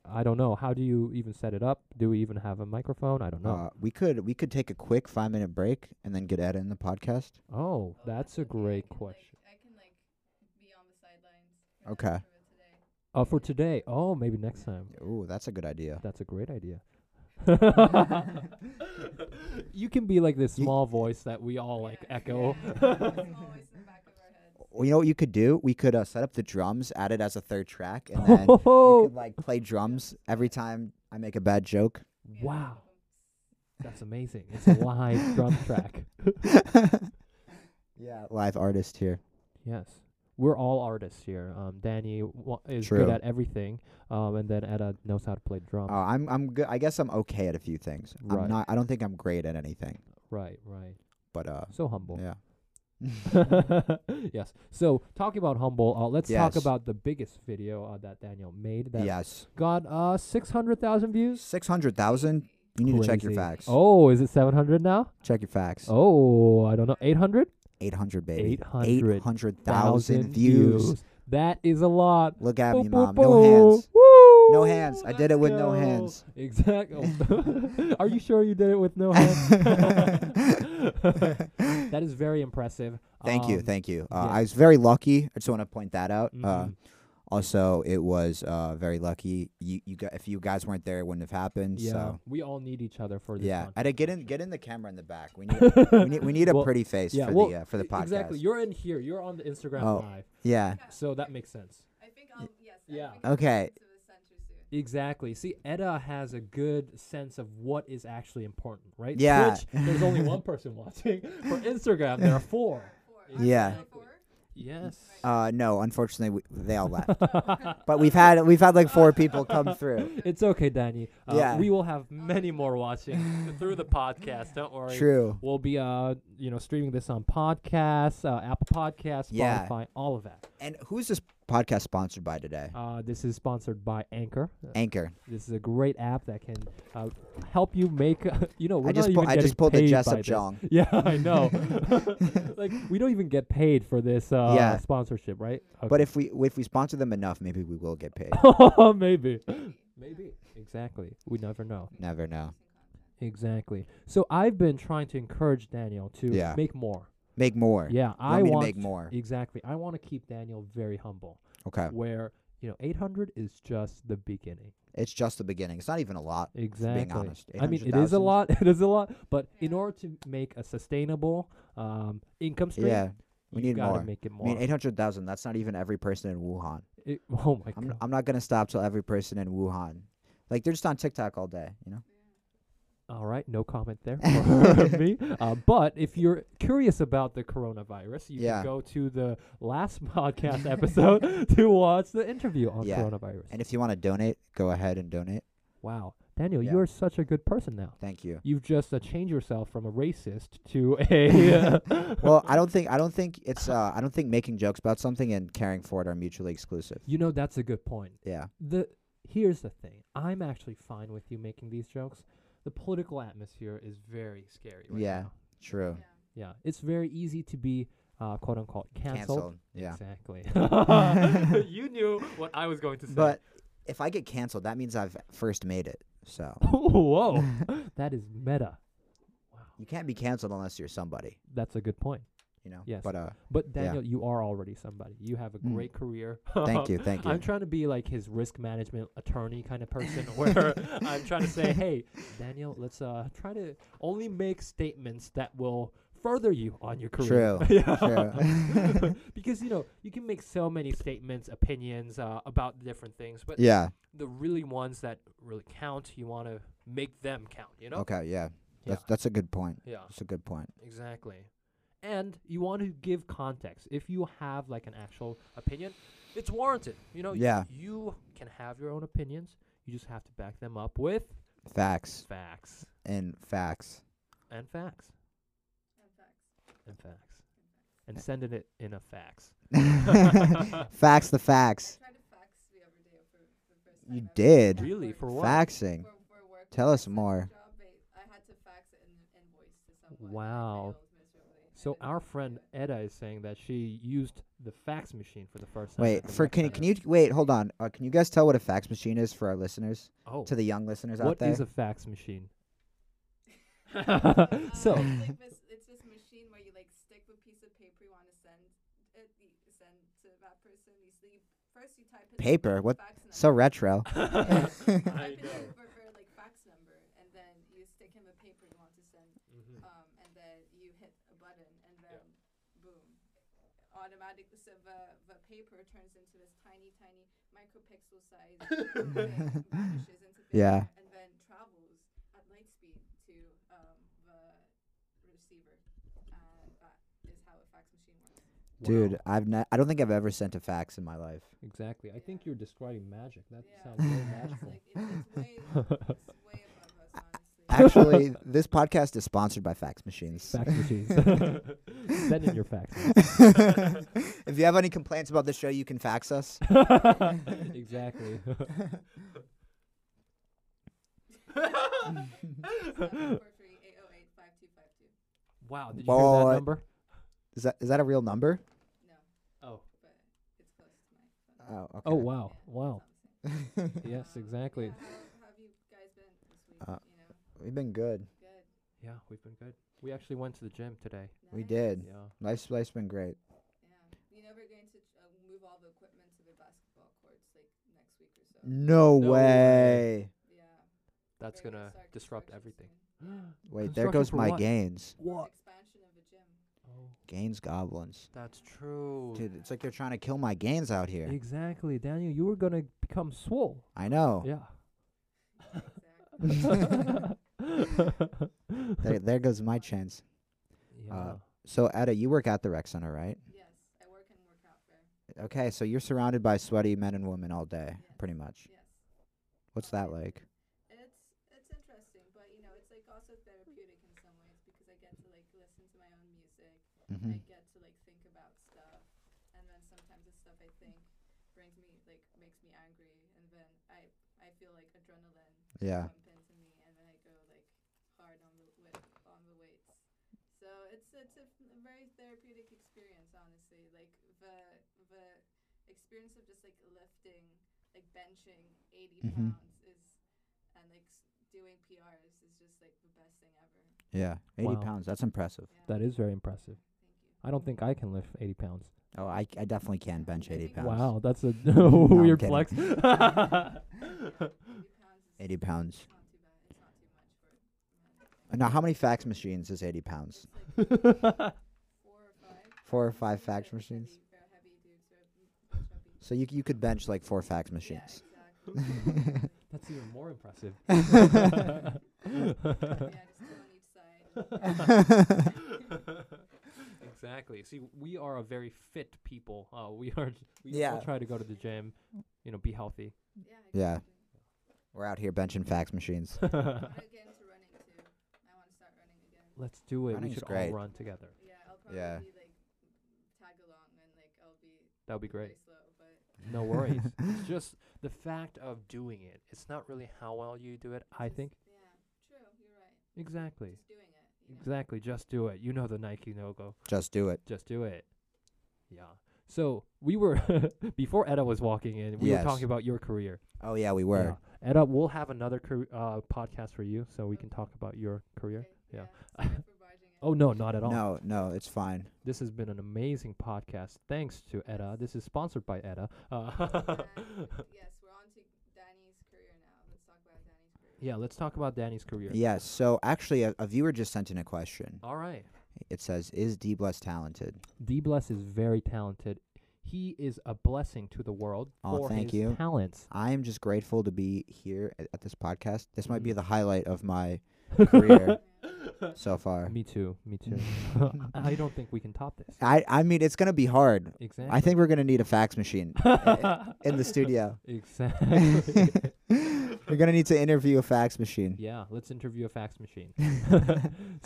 S2: I don't know. How do you even set it up? Do we even have a microphone? I don't know.
S1: Uh, we could we could take a quick five minute break and then get Ed in the podcast.
S2: oh,
S3: Oh,
S2: that's a
S3: okay, I
S2: great
S3: can,
S2: question.
S3: Like, I can like be on the sidelines. for that
S1: Okay.
S3: much of it today.
S2: Oh, for today. Oh, maybe next time.
S1: Ooh, that's a good idea.
S2: That's a great idea. you can be like this
S1: You-
S2: small voice that we all like
S3: Yeah,
S2: echo.
S3: yeah, it's always in the back of our heads.
S1: Well, you know what you could do? We could
S2: Oh.
S1: uh, set up the drums, add it as a third track, and then you could like play drums every time I make a bad joke.
S3: Yeah,
S2: Wow,
S3: album.
S2: that's amazing. It's a live drum track.
S1: yeah, live artist here.
S2: Yes. We're all artists here. Um, Danny wa- is good
S1: True.
S2: at everything, um, and then Etta knows how to play drums.
S1: Oh, I'm I'm good. I guess I'm okay at a few things.
S2: Um, Right.
S1: I'm not. I don't think I'm great at anything.
S2: right, right.
S1: But uh,
S2: So humble.
S1: yeah.
S2: yes. So talking about humble, uh, let's talk
S1: Yes.
S2: about the biggest video uh, that Daniel made that
S1: yes.
S2: got uh six hundred thousand views.
S1: Six hundred thousand. You need to check your
S2: Crazy.
S1: facts.
S2: Oh, is it seven hundred now?
S1: Check your facts.
S2: Oh, I don't know. Eight hundred
S1: 800, baby.
S2: 800,000
S1: 800,000 views.
S2: That is a lot.
S1: Look at
S2: Boop,
S1: me,
S2: boop,
S1: mom. No hands.
S2: boop. Woo!
S1: No hands. I did it with no
S2: Let's go.
S1: hands.
S2: Exactly. Are you sure you did it with no hands? that is very impressive.
S1: Thank you.
S2: Um,
S1: Thank you. Uh,
S2: yeah.
S1: I was very lucky. I just want to point that out. Uh,
S2: mhm.
S1: also, it was uh, very lucky. You, you gu if you guys weren't there, it wouldn't have happened.
S2: yeah,
S1: So.
S2: we all need each other for this.
S1: Yeah,
S2: content.
S1: and get in, get in the camera in the back. We need, a- we need, we need a
S2: Well,
S1: pretty face
S2: yeah,
S1: for
S2: well,
S1: the uh, for the
S2: e-
S1: podcast.
S2: Exactly. You're in here. You're on the Instagram
S1: Oh.
S2: live,
S1: yeah,
S3: Yeah,
S2: so that makes sense.
S3: I think I'll, yes.
S2: yeah.
S3: I think I'll make
S1: Okay.
S3: it to the center soon.
S2: Exactly. See, Edda has a good sense of what is actually important, right?
S1: Yeah.
S2: Twitch, there's only one person watching. For Instagram, there are four.
S3: Four.
S1: Yeah.
S3: Are we still four?
S2: Yes.
S1: Uh, no, unfortunately, we, they all left. but we've had we've had like four people come through.
S2: It's okay, Danny. Uh,
S1: Yeah.
S2: We will have many more watching through the podcast. Don't worry.
S1: True.
S2: We'll be, uh, you know, streaming this on podcasts, uh, Apple Podcasts,
S1: Yeah.
S2: Spotify, all of that.
S1: And who's this podcast sponsored by today?
S2: Uh, this is sponsored by Anchor. Uh,
S1: Anchor.
S2: This is a great app that can uh, help you make. you know, we're
S1: I just
S2: not
S1: pull-
S2: even
S1: I just
S2: getting
S1: pulled the
S2: paid
S1: Jessup
S2: by this.
S1: Jong.
S2: Yeah, I know. like we don't even get paid for this uh,
S1: Yeah.
S2: sponsorship, right?
S1: But if we if we sponsor them enough, maybe we will get paid.
S2: if maybe, maybe exactly, we never know.
S1: Never know.
S2: Exactly. So I've been trying to encourage Daniel to
S1: Yeah.
S2: make more.
S1: Make more.
S2: Yeah, I
S1: me to
S2: want
S1: make more?
S2: Exactly. I want to keep Daniel very humble,
S1: Okay.
S2: where you know 800 is just the beginning.
S1: It's just the beginning. It's not even a lot.
S2: Exactly.
S1: honest,
S2: I mean, it is a
S1: 800,000
S2: lot. It is a lot. But in
S3: Yeah.
S2: order to make a sustainable um, income stream,
S1: Yeah. We
S2: you
S1: need
S2: gotta
S1: more.
S2: make it more.
S1: I mean, eight hundred thousand. That's not even every person in Wuhan.
S2: It- oh my
S1: I'm
S2: god.
S1: I'm not gonna stop till every person in Wuhan. Like they're just on TikTok all day. You know.
S2: All right, no comment there for me. Uh, but if you're curious about the coronavirus, you
S1: Yeah.
S2: can go to the last podcast episode to watch the interview on
S1: Yeah.
S2: coronavirus.
S1: And if you want to donate, go ahead and donate.
S2: wow, Daniel,
S1: Yeah.
S2: you are such a good person now.
S1: Thank you.
S2: You've just uh, changed yourself from a racist to a.
S1: well, I don't think I don't think it's uh, I don't think making jokes about something and caring for it are mutually exclusive.
S2: you know, that's a good point.
S1: Yeah.
S2: the here's the thing. I'm actually fine with you making these jokes. The political atmosphere is very scary. Right
S1: Yeah.
S2: now.
S1: True.
S3: Yeah.
S2: Yeah. It's very easy to be uh, quote unquote canceled.
S1: Canceled. Yeah.
S2: Exactly. you knew what I was going to say.
S1: But if I get canceled, that means I've first made it. So
S2: whoa, that is meta.
S1: you can't be canceled unless you're somebody.
S2: That's a good point.
S1: You know.
S2: Yes.
S1: But uh,
S2: But
S1: Yeah.
S2: Daniel, you are already somebody. You have a
S1: Mm.
S2: great career.
S1: thank you, thank you.
S2: I'm trying to be like his risk management attorney kind of person, where I'm trying to say, hey, Daniel, let's uh, try to only make statements that will further you on your career.
S1: True,
S2: Yeah.
S1: true.
S2: because you know you can make so many statements, opinions uh, about different things, but
S1: yeah.
S2: the really ones that really count, you want to make them count. You know?
S1: Okay. Yeah.
S2: Yeah.
S1: That's that's a good point.
S2: Yeah.
S1: That's a good point.
S2: Exactly. And you want to give context. If you have like an actual opinion, it's warranted. You know, y-
S1: Yeah.
S2: you can have your own opinions. You just have to back them up with
S1: Facts
S2: facts
S1: and facts.
S2: and facts
S3: And
S2: and
S3: facts.
S2: facts.
S1: Eh.
S2: And send it i- in a fax.
S1: facts the
S3: I
S1: facts.
S3: tried to fax the other day for the first time.
S1: You
S3: ever.
S1: did.
S3: Yeah,
S2: Really? For what?
S1: Faxing.
S3: For, for work.
S1: Tell us
S3: for my
S1: more.
S3: job, but I had to fax an invoice to someone. and I
S2: Wow.
S3: failed miserably. I
S2: So
S3: didn't
S2: our
S3: know how to
S2: friend
S3: do it.
S2: Edda is saying that she used the fax machine for the first time. at
S1: Wait
S2: the
S1: for
S2: rec
S1: can
S2: center.
S1: can you wait? Hold on. Uh, can you guys tell what a fax machine is for our listeners?
S2: Oh,
S1: To the young listeners out
S2: what
S1: there.
S2: is a fax machine?
S3: Uh,
S2: so,
S3: it's, like this, it's this machine where you like stick a piece of paper you want to send it, you send to that person. You, so you first you type in the
S1: Paper? What-
S3: fax number.
S1: so retro.
S3: Type
S2: I
S3: in
S2: know.
S3: the- for, for, like fax number, and then you stick him a paper you want to send,
S2: Mm-hmm.
S3: um, and then you hit a button, and then boom, automatically so the, the paper turns into this tiny, tiny micropixel size, thing, vanishes into thin
S1: Yeah.
S3: air, and um, Uh, that is how a fax machine works.
S1: Dude, I've ne- I don't think I've ever sent a fax in my life.
S2: Exactly. I think you're describing magic. That
S3: Yeah.
S2: sounds very
S3: Yeah, it's
S2: magical.
S3: like it's, it's way, it's way above us, honestly.
S1: Actually, this podcast is sponsored by fax machines.
S2: Fax machines. Send in your fax.
S1: if you have any complaints about the show, you can fax us.
S2: exactly.
S3: Seven four three eight oh eight five two five two.
S2: Wow. Did you hear
S1: Boy.
S2: that number?
S1: Is that is that a real number?
S3: No,
S2: Oh.
S3: but it's close to my phone.
S1: Oh, okay.
S2: Oh wow. Wow.
S3: Yeah,
S2: Yes.
S3: Um,
S2: Exactly.
S3: yeah, how have you guys been this week?
S1: Uh,
S3: you know,
S1: We've been good.
S3: good.
S2: Yeah, we've been good. We actually went to the gym today.
S1: We
S3: Nice.
S1: did.
S2: Yeah.
S1: Life's life's been great.
S3: Yeah. You know we're going to uh, move all the equipment to the basketball courts like next week or so.
S1: No,
S2: No
S1: way.
S2: way.
S3: Yeah.
S2: That's
S3: we're
S2: gonna
S3: start
S2: disrupt everything.
S3: construction soon. Yeah.
S1: Wait, there
S2: Construction
S1: goes
S2: for
S1: my
S2: what?
S1: gains.
S2: What?
S3: Expansion of the gym.
S2: Oh,
S1: Gains goblins.
S2: that's true.
S1: Dude, it's like they're trying to kill my gains out here.
S2: Exactly, Daniel. You were gonna become swole.
S1: I know.
S2: Yeah.
S3: Exactly.
S1: There, there goes my chance.
S2: yeah.
S1: So, Etta, you work at the rec center, right?
S3: yes, I work and work out there.
S1: Okay, so you're surrounded by sweaty men and women all day,
S3: Yes.
S1: pretty much.
S3: Yes.
S1: What's that like?
S3: It's it's interesting, but you know, it's like also therapeutic in some ways because I get to like listen to my own music.
S1: hmm
S3: I get to like think about stuff, and then sometimes the stuff I think brings me like makes me angry, and then I I feel like adrenaline
S1: Yeah.
S3: pump into me, and then I go like hard on the with, on the weights. So it's it's a, f- a very therapeutic experience, honestly. Like the the experience of just like lifting, like benching 80
S1: Mhm.
S3: pounds is, and like s- doing PRs is just like the best thing ever.
S1: Yeah. 80
S2: Wow.
S1: pounds. That's impressive.
S3: Yeah.
S2: That is very impressive.
S3: Thank you.
S2: I don't think I can lift 80 pounds.
S1: Oh, I, I definitely can bench 80 pounds.
S2: Wow, that's a
S1: I'm
S2: weird
S1: kidding.
S2: flex.
S3: Eighty pounds is
S1: 80 pounds.
S3: not too bad. It's not too much for men.
S1: Now, how many fax machines is 80 pounds?
S3: It's like four or five.
S1: Four or five
S3: These
S1: fax
S3: are heavy-
S1: machines?
S3: they're heavy dudes, they're m- chubby.
S1: So you, c- you could bench like four fax
S3: Yeah,
S1: machines.
S3: exactly.
S2: that's even more impressive.
S3: Yeah, just two on each side.
S2: exactly. See, we are a very fit people. Uh, we are. We
S1: Yeah.
S2: all try to go to the gym. You know, be healthy.
S3: Yeah.
S1: Yeah.
S3: exactly.
S1: We're out here benching fax machines.
S3: I want to get into running too. I want to start running again.
S2: Let's do it.
S1: Running's
S2: we should
S1: great.
S2: all run together.
S3: Yeah, I'll probably
S1: Yeah.
S3: be like tag along and like I'll be
S2: That would be great.
S3: very slow, but
S2: No worries. it's just the fact of doing it. It's not really how well you do it. I
S3: just-
S2: think
S3: Yeah, true. You're right.
S2: exactly,
S3: Just doing it. You know?
S2: exactly. Just do it. You know the Nike logo.
S1: Just do it.
S2: just do it. Yeah. So we were before Etta was walking in. We
S1: Yes.
S2: were talking about your career.
S1: Oh, yeah, we were.
S2: Yeah. Etta, we'll have another car- uh, podcast for you, so we can talk about your career.
S3: Okay,
S2: Yeah.
S3: Sorry for barging in.
S2: Oh no, not at all.
S1: No, no, it's fine.
S2: This has been an amazing podcast. Thanks to Etta. This is sponsored by Etta. Uh,
S3: And yes, we're on to Danny's career now. Let's talk about Danny's career.
S2: yeah. Let's talk about Danny's career.
S1: Yes. So actually, a, a viewer just sent in a question.
S2: All right.
S1: It says, "Is D Bless talented?"
S2: D Bless is very talented. He is a blessing to the world
S1: Oh,
S2: for
S1: thank
S2: his
S1: you.
S2: talents.
S1: I am just grateful to be here at, at this podcast. This might be
S2: Mm.
S1: the highlight of my career so far.
S2: Me too. Me too. I don't think we can top this.
S1: I I mean, it's gonna be hard.
S2: Exactly.
S1: I think we're gonna need a fax machine i- in the studio.
S2: Exactly.
S1: We're gonna need to interview a fax machine.
S2: yeah, let's interview a fax machine.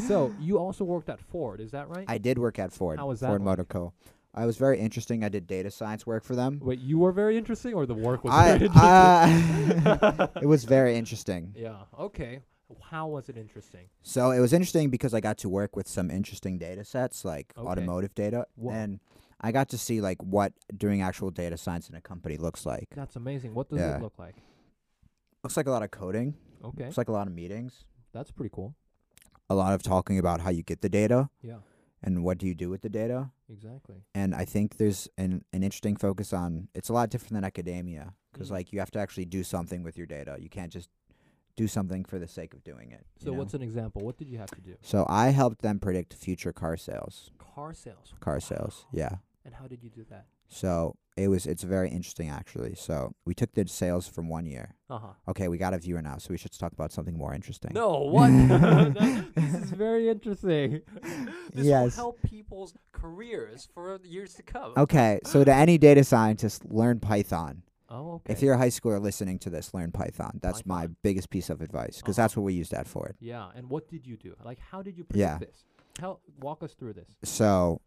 S2: so you also worked at Ford, is that right?
S1: I did work at Ford.
S2: How was that
S1: Ford
S2: like?
S1: Motor Co. I was very interesting. I did data science work for them.
S2: Wait, you were very interesting, or the work was very
S1: I,
S2: interesting?
S1: I it was very interesting.
S2: yeah. Okay. How was it interesting?
S1: So it was interesting because I got to work with some interesting data sets, like
S2: Okay.
S1: automotive data,
S2: Whoa.
S1: and I got to see like what doing actual data science in a company looks like.
S2: That's amazing. What does
S1: Yeah.
S2: it look like?
S1: Looks like a lot of coding.
S2: Okay,
S1: It's like a lot of meetings,
S2: that's pretty cool.
S1: a lot of talking about how you get the data
S2: Yeah.
S1: and what do you do with the data.
S2: Exactly.
S1: And I think there's an, an interesting focus on it's a lot different than academia because
S2: Mhm.
S1: like you have to actually do something with your data. You can't just do something for the sake of doing it. you
S2: So
S1: know?
S2: what's an example? What did you have to do?
S1: so I helped them predict future car sales.
S2: Car sales.
S1: Car sales, yeah.
S2: And how did you do that?
S1: So it was it's very interesting actually. So we took the sales from one year.
S2: Uh huh.
S1: Okay, we got a viewer now, so we should talk about something more interesting.
S2: No, what? That- this is very interesting. This will
S1: Yes. Oh.
S2: help people's careers for years to come.
S1: Okay, so to any data scientist, learn Python.
S2: Oh, okay.
S1: If you're a high schooler listening to this, learn Python. That's my
S2: Python.
S1: biggest piece of advice because
S2: Uh-huh.
S1: that's what we use that for.
S2: yeah, and what did you do? Like, how did you predict
S1: Yeah.
S2: this? How walk us through this?
S1: So,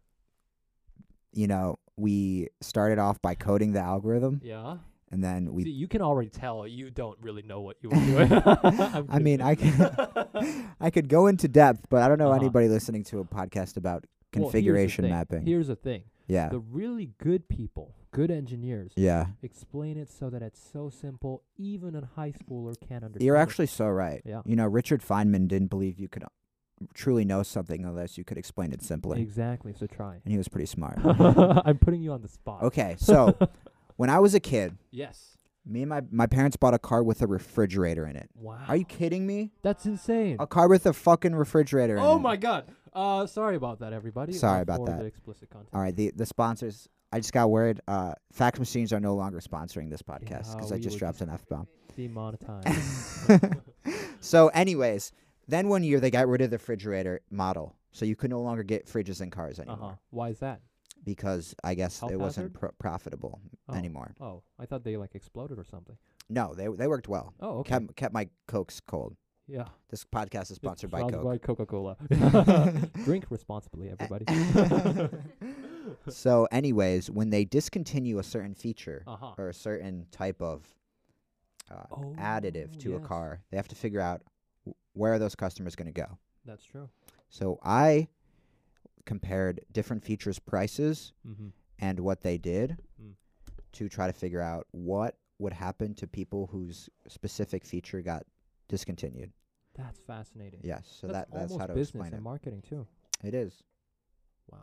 S1: you know, we started off by coding the algorithm,
S2: Yeah.
S1: and then
S2: See,
S1: we.
S2: you can already tell you don't really know what you were doing. I'm
S1: I mean,
S2: kidding.
S1: I can, I could go into depth, but I don't know
S2: Uh-huh.
S1: anybody listening to a podcast about
S2: Well, here's the
S1: configuration
S2: thing.
S1: mapping.
S2: Here's the thing:
S1: yeah,
S2: the really good people, good engineers,
S1: yeah,
S2: explain it so that it's so simple, even a high schooler can understand.
S1: you're
S2: it.
S1: actually so right.
S2: Yeah.
S1: You know, Richard Feynman didn't believe you could um, truly know something unless you could explain it simply,
S2: exactly. So try.
S1: and he was pretty smart.
S2: I'm putting you on the spot.
S1: okay, so when I was a kid,
S2: Yes.
S1: me and my my parents bought a car with a refrigerator in it.
S2: Wow.
S1: Are you kidding me?
S2: That's insane.
S1: A car with a fucking refrigerator. in
S2: Oh
S1: it.
S2: my god. Uh, sorry about that, everybody.
S1: Sorry
S2: Uh,
S1: about
S2: for
S1: that.
S2: the explicit content.
S1: All right, the the sponsors. I just got word. Uh, fax machines are no longer sponsoring this podcast
S2: Yeah,
S1: because I
S2: we
S1: just
S2: were
S1: dropped an f bomb.
S2: Demonetized.
S1: So, anyways, then one year they got rid of the refrigerator model, so you could no longer get fridges in cars
S2: uh
S1: anymore
S2: huh. Why is that?
S1: because I guess
S2: Health
S1: it wasn't
S2: hazard?
S1: pro- profitable
S2: Oh.
S1: anymore.
S2: Oh, I thought they like exploded or something.
S1: No, they they worked well.
S2: Oh, okay.
S1: Kept kept my cokes cold.
S2: yeah.
S1: This podcast is sponsored by Coke.
S2: Coca Cola. Drink responsibly, everybody.
S1: so, anyways, when they discontinue a certain feature
S2: Uh huh.
S1: or a certain type of uh, additive
S2: Oh,
S1: to
S2: yes.
S1: a car, they have to figure out w- where are those customers going to go.
S2: That's true.
S1: So, I compared different features' prices
S2: Mm-hmm.
S1: and what they did
S2: Mm.
S1: to try to figure out what would happen to people whose specific feature got discontinued.
S2: That's fascinating.
S1: Yes, so that,
S2: that's
S1: that's
S2: almost
S1: how to
S2: business
S1: explain
S2: and
S1: it.
S2: marketing too.
S1: It is.
S2: Wow,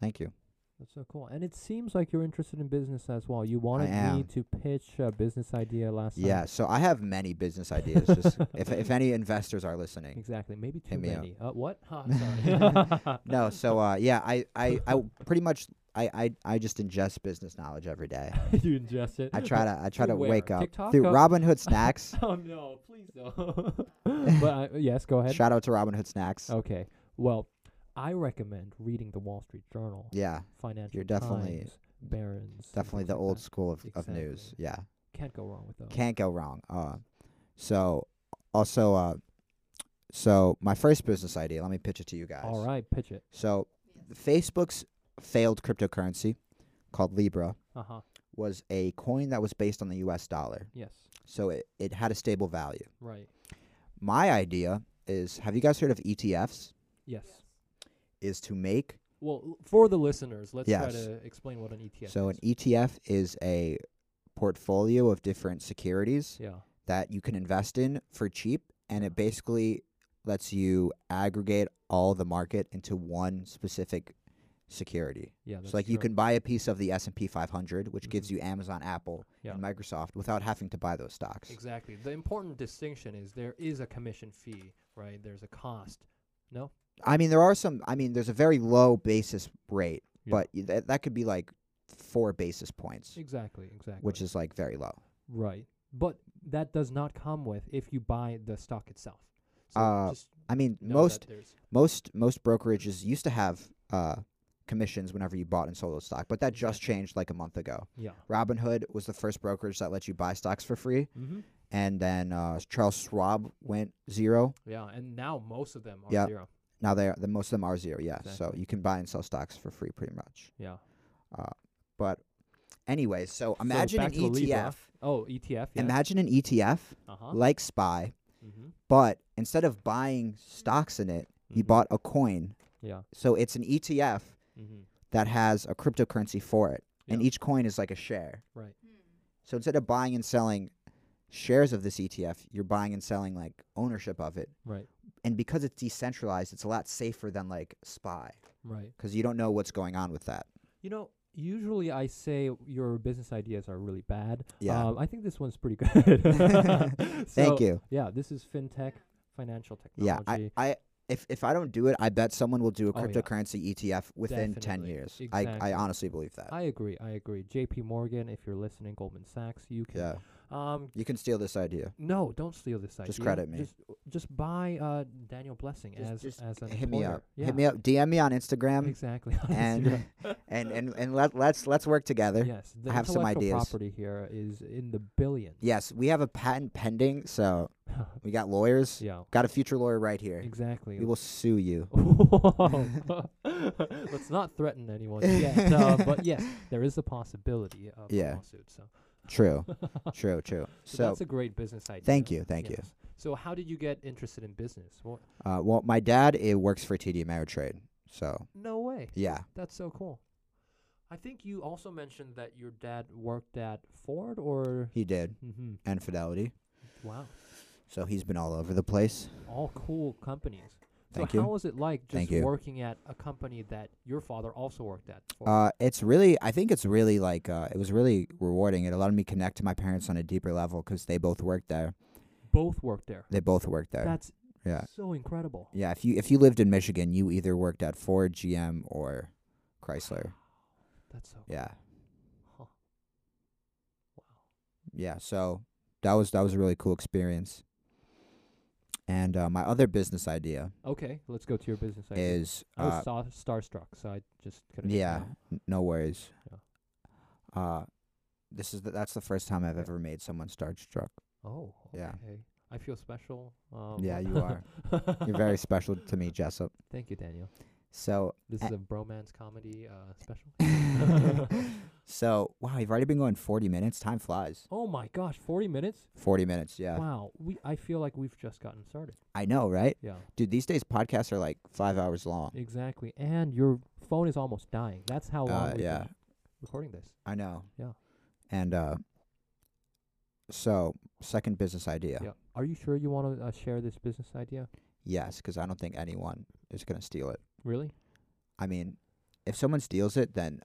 S1: Thank you.
S2: that's so cool. And it seems like you're interested in business as well. You wanted me
S1: am.
S2: to pitch a business idea last time.
S1: Yeah, so I have many business ideas. Just if if any investors are listening,
S2: Exactly. Maybe too
S1: me up.
S2: many. Uh, what? Huh, sorry.
S1: no. So uh, yeah, I I, I pretty much I, I I just ingest business knowledge every day.
S2: you ingest it.
S1: I try to I try to
S2: Through where?
S1: wake up
S2: TikTok?
S1: through
S2: Oh.
S1: Robin Hood Snacks.
S2: Oh no! Please don't. but I, yes, go ahead.
S1: Shout out to Robin Hood Snacks.
S2: Okay. Well, I recommend reading the Wall Street Journal,
S1: Yeah,
S2: Financial
S1: definitely-
S2: Times, Barron's. and
S1: definitely
S2: things
S1: the
S2: like
S1: old
S2: that.
S1: school of, of news.
S2: Exactly.
S1: Yeah,
S2: Can't go wrong with those.
S1: can't go wrong. Uh, so also uh, so my first business idea. Let me pitch it to you guys.
S2: All right, pitch it.
S1: So Facebook's failed cryptocurrency called Libra
S2: Uh huh.
S1: was a coin that was based on the U.S. dollar.
S2: Yes.
S1: so it, it had a stable value.
S2: Right.
S1: My idea is have you guys heard of ETFs?
S2: Yes.
S1: Is to make
S2: Well, l- for the listeners, let's try
S1: Yes.
S2: to explain what an ETF
S1: so
S2: is.
S1: an E ETF is a portfolio of different securities
S2: yeah.
S1: that you can invest in for cheap, and it basically lets you aggregate all the market into one specific security.
S2: Yeah. That's
S1: so like you
S2: true.
S1: can buy a piece of the S&P 500 which gives
S2: Mhm.
S1: you Amazon, Apple,
S2: Yeah.
S1: and Microsoft without having to buy those stocks.
S2: Exactly. The important distinction is there is a commission fee, right? There's a cost. No.
S1: I mean, there are some. I mean, there's a very low basis rate,
S2: Yeah.
S1: but y- that that could be like four basis points,
S2: Exactly. Exactly.
S1: which is like very low.
S2: right, but that does not come with if you buy the stock itself. So
S1: Uh,
S2: just
S1: I mean,
S2: know that
S1: most
S2: there's-
S1: most most brokerages used to have uh, commissions whenever you bought and sold a stock, but that just changed like a month ago.
S2: yeah.
S1: Robinhood was the first brokerage that let you buy stocks for free,
S2: Mm-hmm.
S1: and then uh, Charles Schwab went zero.
S2: Yeah, and now most of them are
S1: Yeah.
S2: zero.
S1: Now they are, the most of them are zero. Yeah, so
S2: Exactly.
S1: you can buy and sell stocks for free pretty much.
S2: Yeah.
S1: But anyway, so imagine
S2: back
S1: an
S2: to the Libra.
S1: ETF.
S2: Oh, ETF. Yeah.
S1: Imagine an ETF
S2: uh huh.
S1: like SPY,
S2: mm-hmm.
S1: but instead of buying stocks in it, you bought a coin.
S2: Yeah.
S1: So it's an ETF
S2: Mm-hmm.
S1: that has a cryptocurrency for it, and
S2: Yeah.
S1: each coin is like a share.
S2: Right.
S3: Hmm.
S1: So instead of buying and selling shares of this ETF, you're buying and selling like ownership of it.
S2: Right.
S1: And because it's decentralized, it's a lot safer than like SPY
S2: Right.
S1: because you don't know what's going on with that.
S2: You know, usually I say your business ideas are really bad.
S1: Yeah.
S2: Um, I think this one's pretty good.
S1: Thank
S2: So,
S1: you.
S2: Yeah, this is fintech, financial
S1: Yeah,
S2: technology.
S1: I, I if if I don't do it, I bet someone will do a
S2: Oh, yeah.
S1: cryptocurrency ETF within ten
S2: Definitely.
S1: years. I I
S2: Exactly.
S1: honestly believe that.
S2: I agree. I agree. J.P. Morgan, if you're listening, Goldman Sachs, you can.
S1: yeah,
S2: Um,
S1: you can steal this idea.
S2: no, don't steal this idea.
S1: Just credit me.
S2: Just, just buy uh, Daniel Blessing
S1: Just-
S2: as
S1: just
S2: as an
S1: Hit me
S2: employer.
S1: up.
S2: Yeah.
S1: Hit me up. DM me on Instagram
S2: Exactly. on
S1: and,
S2: Instagram.
S1: and and and let let's let's work together.
S2: yes, the
S1: have some
S2: intellectual
S1: ideas.
S2: property here is in the billions.
S1: Yes, we have a patent pending, so we got lawyers.
S2: yeah.
S1: Got a future lawyer right here.
S2: Exactly. Oh.
S1: We will sue you.
S2: Whoa. Let's not threaten anyone yet, uh, but yes, there is the possibility of
S1: Yeah.
S2: a lawsuit. So,
S1: True. True. True.
S2: so
S1: So,
S2: that's a great business idea.
S1: thank you. Thank you.
S2: Yes. So, how did you get interested in business? Well,
S1: Uh, well, my dad it works for TD Ameritrade, so
S2: no way.
S1: yeah.
S2: That's so cool. I think you also mentioned that your dad worked at Ford, or
S1: He did,
S2: hmm
S1: and Fidelity.
S2: wow,
S1: So he's been all over the place.
S2: all cool companies.
S1: Thank
S2: so,
S1: you.
S2: how was it like
S1: Thank
S2: just
S1: you.
S2: working at a company that your father also worked at? Ford?
S1: Uh, it's really, I think it's really like, uh, it was really rewarding. It allowed me to connect to my parents on a deeper level because they both worked there.
S2: Both worked there.
S1: They both worked there.
S2: That's
S1: yeah,
S2: so incredible.
S1: yeah. If you if you lived in Michigan, you either worked at Ford, GM, or Chrysler.
S2: That's so.
S1: Yeah,
S2: Huh. Wow.
S1: yeah. So that was that was a really cool experience. And uh, my other business idea
S2: Okay, let's go to your business idea.
S1: is
S2: I was
S1: uh,
S2: star- starstruck, so I just couldn't.
S1: Yeah, n- no worries.
S2: Yeah.
S1: Uh, this is the, that's the first time I've ever made someone starstruck.
S2: Oh. Okay.
S1: Yeah.
S2: I feel special. Um,
S1: Yeah, you are. You're very special to me, Jessup.
S2: Thank you, Daniel.
S1: So,
S2: This
S1: A-
S2: is a bromance comedy uh, special.
S1: so wow, you've already been going 40 minutes. Time flies.
S2: oh my gosh, forty minutes!
S1: 40 minutes, yeah.
S2: Wow, we I feel like we've just gotten started.
S1: I know, right?
S2: Yeah,
S1: Dude, these days podcasts are like five hours long.
S2: exactly. And your phone is almost dying. That's how long
S1: Uh,
S2: we've
S1: yeah,
S2: been recording this.
S1: I know.
S2: Yeah.
S1: And uh, so second business idea.
S2: Yeah. Are you sure you want to uh, share this business idea?
S1: Yes, because I don't think anyone is gonna steal it.
S2: Really?
S1: I mean, if someone steals it, then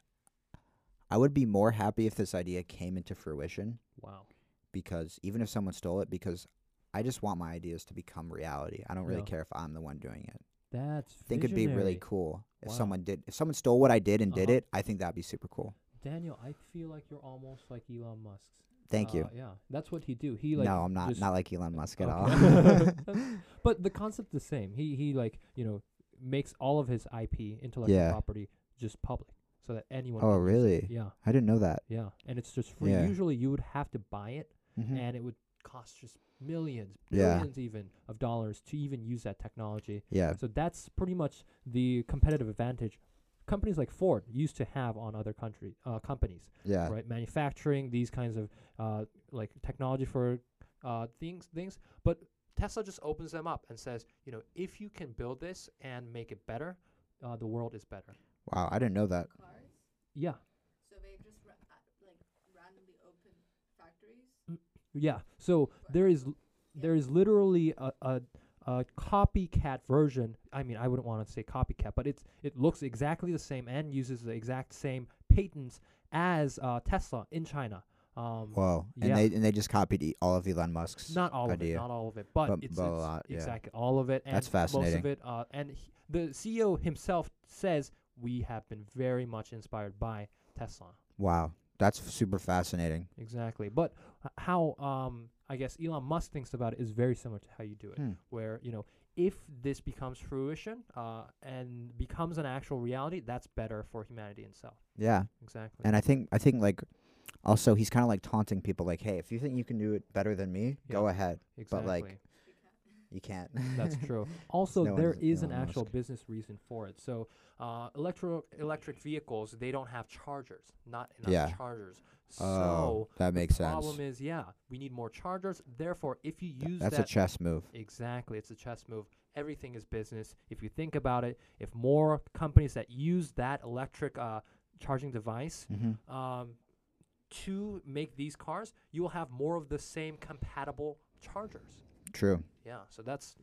S1: I would be more happy if this idea came into fruition
S2: Wow.
S1: because even if someone stole it, because I just want my ideas to become reality. I don't really
S2: Yeah.
S1: care if I'm the one doing it.
S2: That's.
S1: I think it'd be really
S2: visionary.
S1: cool if
S2: Wow.
S1: someone did if someone stole what I did and did
S2: Uh-huh.
S1: it, I think that'd be super cool.
S2: Daniel, I feel like you're almost like Elon Musk.
S1: Thank you.
S2: Uh, Yeah, that's what he do. He like
S1: no, I'm not
S2: just- Oh,
S1: not like Elon Musk at
S2: Okay.
S1: all.
S2: But the concept the same. He he like you know makes all of his IP intellectual
S1: Yeah.
S2: property just public, so that anyone.
S1: oh,
S2: can use it.
S1: really?
S2: Yeah,
S1: I didn't know that.
S2: yeah, and it's just free.
S1: Yeah.
S2: Usually, you would have to buy it,
S1: Mhm.
S2: and it would cost just millions,
S1: Yeah.
S2: billions even of dollars to even use that technology.
S1: Yeah.
S2: So that's pretty much the competitive advantage companies like Ford used to have on other country uh, companies
S1: Yeah.
S2: right? Manufacturing these kinds of uh, like technology for uh, things, things. But Tesla just opens them up and says, you know, if you can build this and make it better, uh, the world is better.
S1: Wow, I didn't know that.
S3: Cars.
S2: Yeah,
S3: So they just ra- uh, like randomly open factories.
S2: yeah. So there is l- there is literally a. a a copycat version. I mean, I wouldn't want to say copycat, but it's it looks exactly the same and uses the exact same patents as uh, Tesla in China. Um,
S1: Whoa. And
S2: Yeah.
S1: they and they just copied e- all of Elon Musk's
S2: Not all
S1: idea.
S2: of it, not all of it, but,
S1: But-
S2: it's,
S1: but a
S2: it's
S1: lot, yeah.
S2: exactly all of it. And
S1: That's
S2: Most
S1: fascinating.
S2: of it, uh, and he, the CEO himself says we have been very much inspired by Tesla.
S1: Wow. That's super fascinating.
S2: Exactly, but h- how um, I guess Elon Musk thinks about it is very similar to how you do it,
S1: Hmm.
S2: where you know if this becomes fruition uh, and becomes an actual reality, that's better for humanity itself.
S1: Yeah,
S2: Exactly.
S1: and I think I think like also he's kind of like taunting people like, hey, if you think you can do it better than me, go
S2: Yeah.
S1: ahead.
S2: exactly.
S1: but, like,
S3: uh,
S1: You can't.
S2: That's true. Also,
S1: No one
S2: there
S1: is
S2: is an
S1: Elon
S2: actual
S1: Musk.
S2: business reason for it. So, uh, electro electric vehicles they don't have chargers, not enough
S1: Yeah.
S2: chargers. So
S1: oh, that makes sense.
S2: problem is, yeah, we need more chargers. Therefore, if you
S1: Th-
S2: use
S1: That's a
S2: that
S1: chess move.
S2: exactly, it's a chess move. Everything is business. If you think about it, if more companies that use that electric uh, charging device
S1: Mm-hmm.
S2: um, to make these cars, you will have more of the same compatible chargers.
S1: True.
S2: Yeah, so that's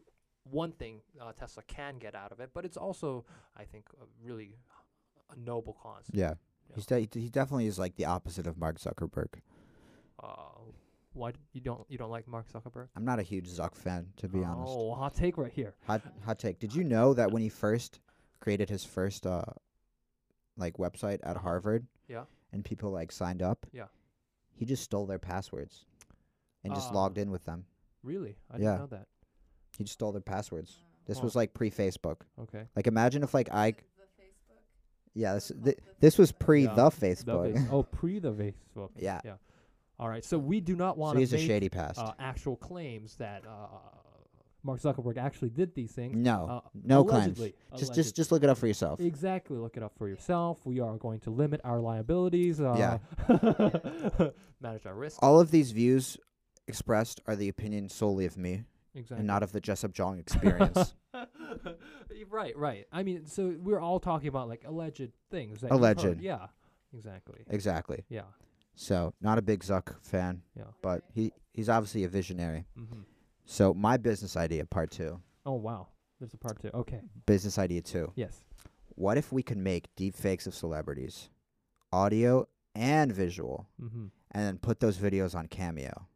S2: one thing uh, Tesla can get out of it, but it's also, I think, a really a noble cause.
S1: Yeah.
S2: Yeah.
S1: He's de- he definitely is like the opposite of Mark Zuckerberg.
S2: Uh, Why d- you don't you don't like Mark Zuckerberg?
S1: I'm not a huge Zuck fan, to be honest.
S2: Oh, hot take right here.
S1: Hot, hot take. Did you know that when he first created his first uh, like website at Harvard,
S2: Yeah.
S1: and people like signed up,
S2: Yeah.
S1: he just stole their passwords, and just
S2: Uh,
S1: logged in with them.
S2: Really?
S1: Yeah.
S2: I didn't know that.
S1: He just stole their passwords. This
S2: Huh.
S1: was like pre Facebook.
S2: Okay.
S1: Like imagine if like I
S3: The Facebook.
S1: yeah this
S3: called
S1: th-
S3: the
S1: this was
S3: Facebook.
S1: pre
S2: Yeah,
S1: the
S2: The
S1: Facebook.
S2: Face- oh, pre the Facebook.
S1: yeah.
S2: All right. So we do not
S1: So
S2: want
S1: he's
S2: to
S1: a
S2: make
S1: shady past.
S2: uh, actual claims that uh, Mark Zuckerberg actually did these things.
S1: no,
S2: uh,
S1: no claims.
S2: allegedly,
S1: Just just just look it up for yourself.
S2: Exactly. Look it up for yourself. We are going to limit our liabilities. Uh,
S1: Yeah.
S2: manage our risk.
S1: All of these views expressed are the opinion solely of me
S2: Exactly.
S1: and not of the Jessup Jong experience.
S2: right. Right. I mean, so we're all talking about like alleged things. That you've
S1: Alleged.
S2: heard. Yeah. Exactly.
S1: exactly.
S2: Yeah.
S1: So not a big Zuck fan,
S2: Yeah.
S1: but he he's obviously a visionary.
S2: hmm
S1: So my business idea part 2.
S2: Oh wow. There's a part two. Okay.
S1: Business idea 2.
S2: Yes.
S1: What if we could make deep fakes of celebrities, audio and visual,
S2: Mm-hmm.
S1: and then put those videos on Cameo?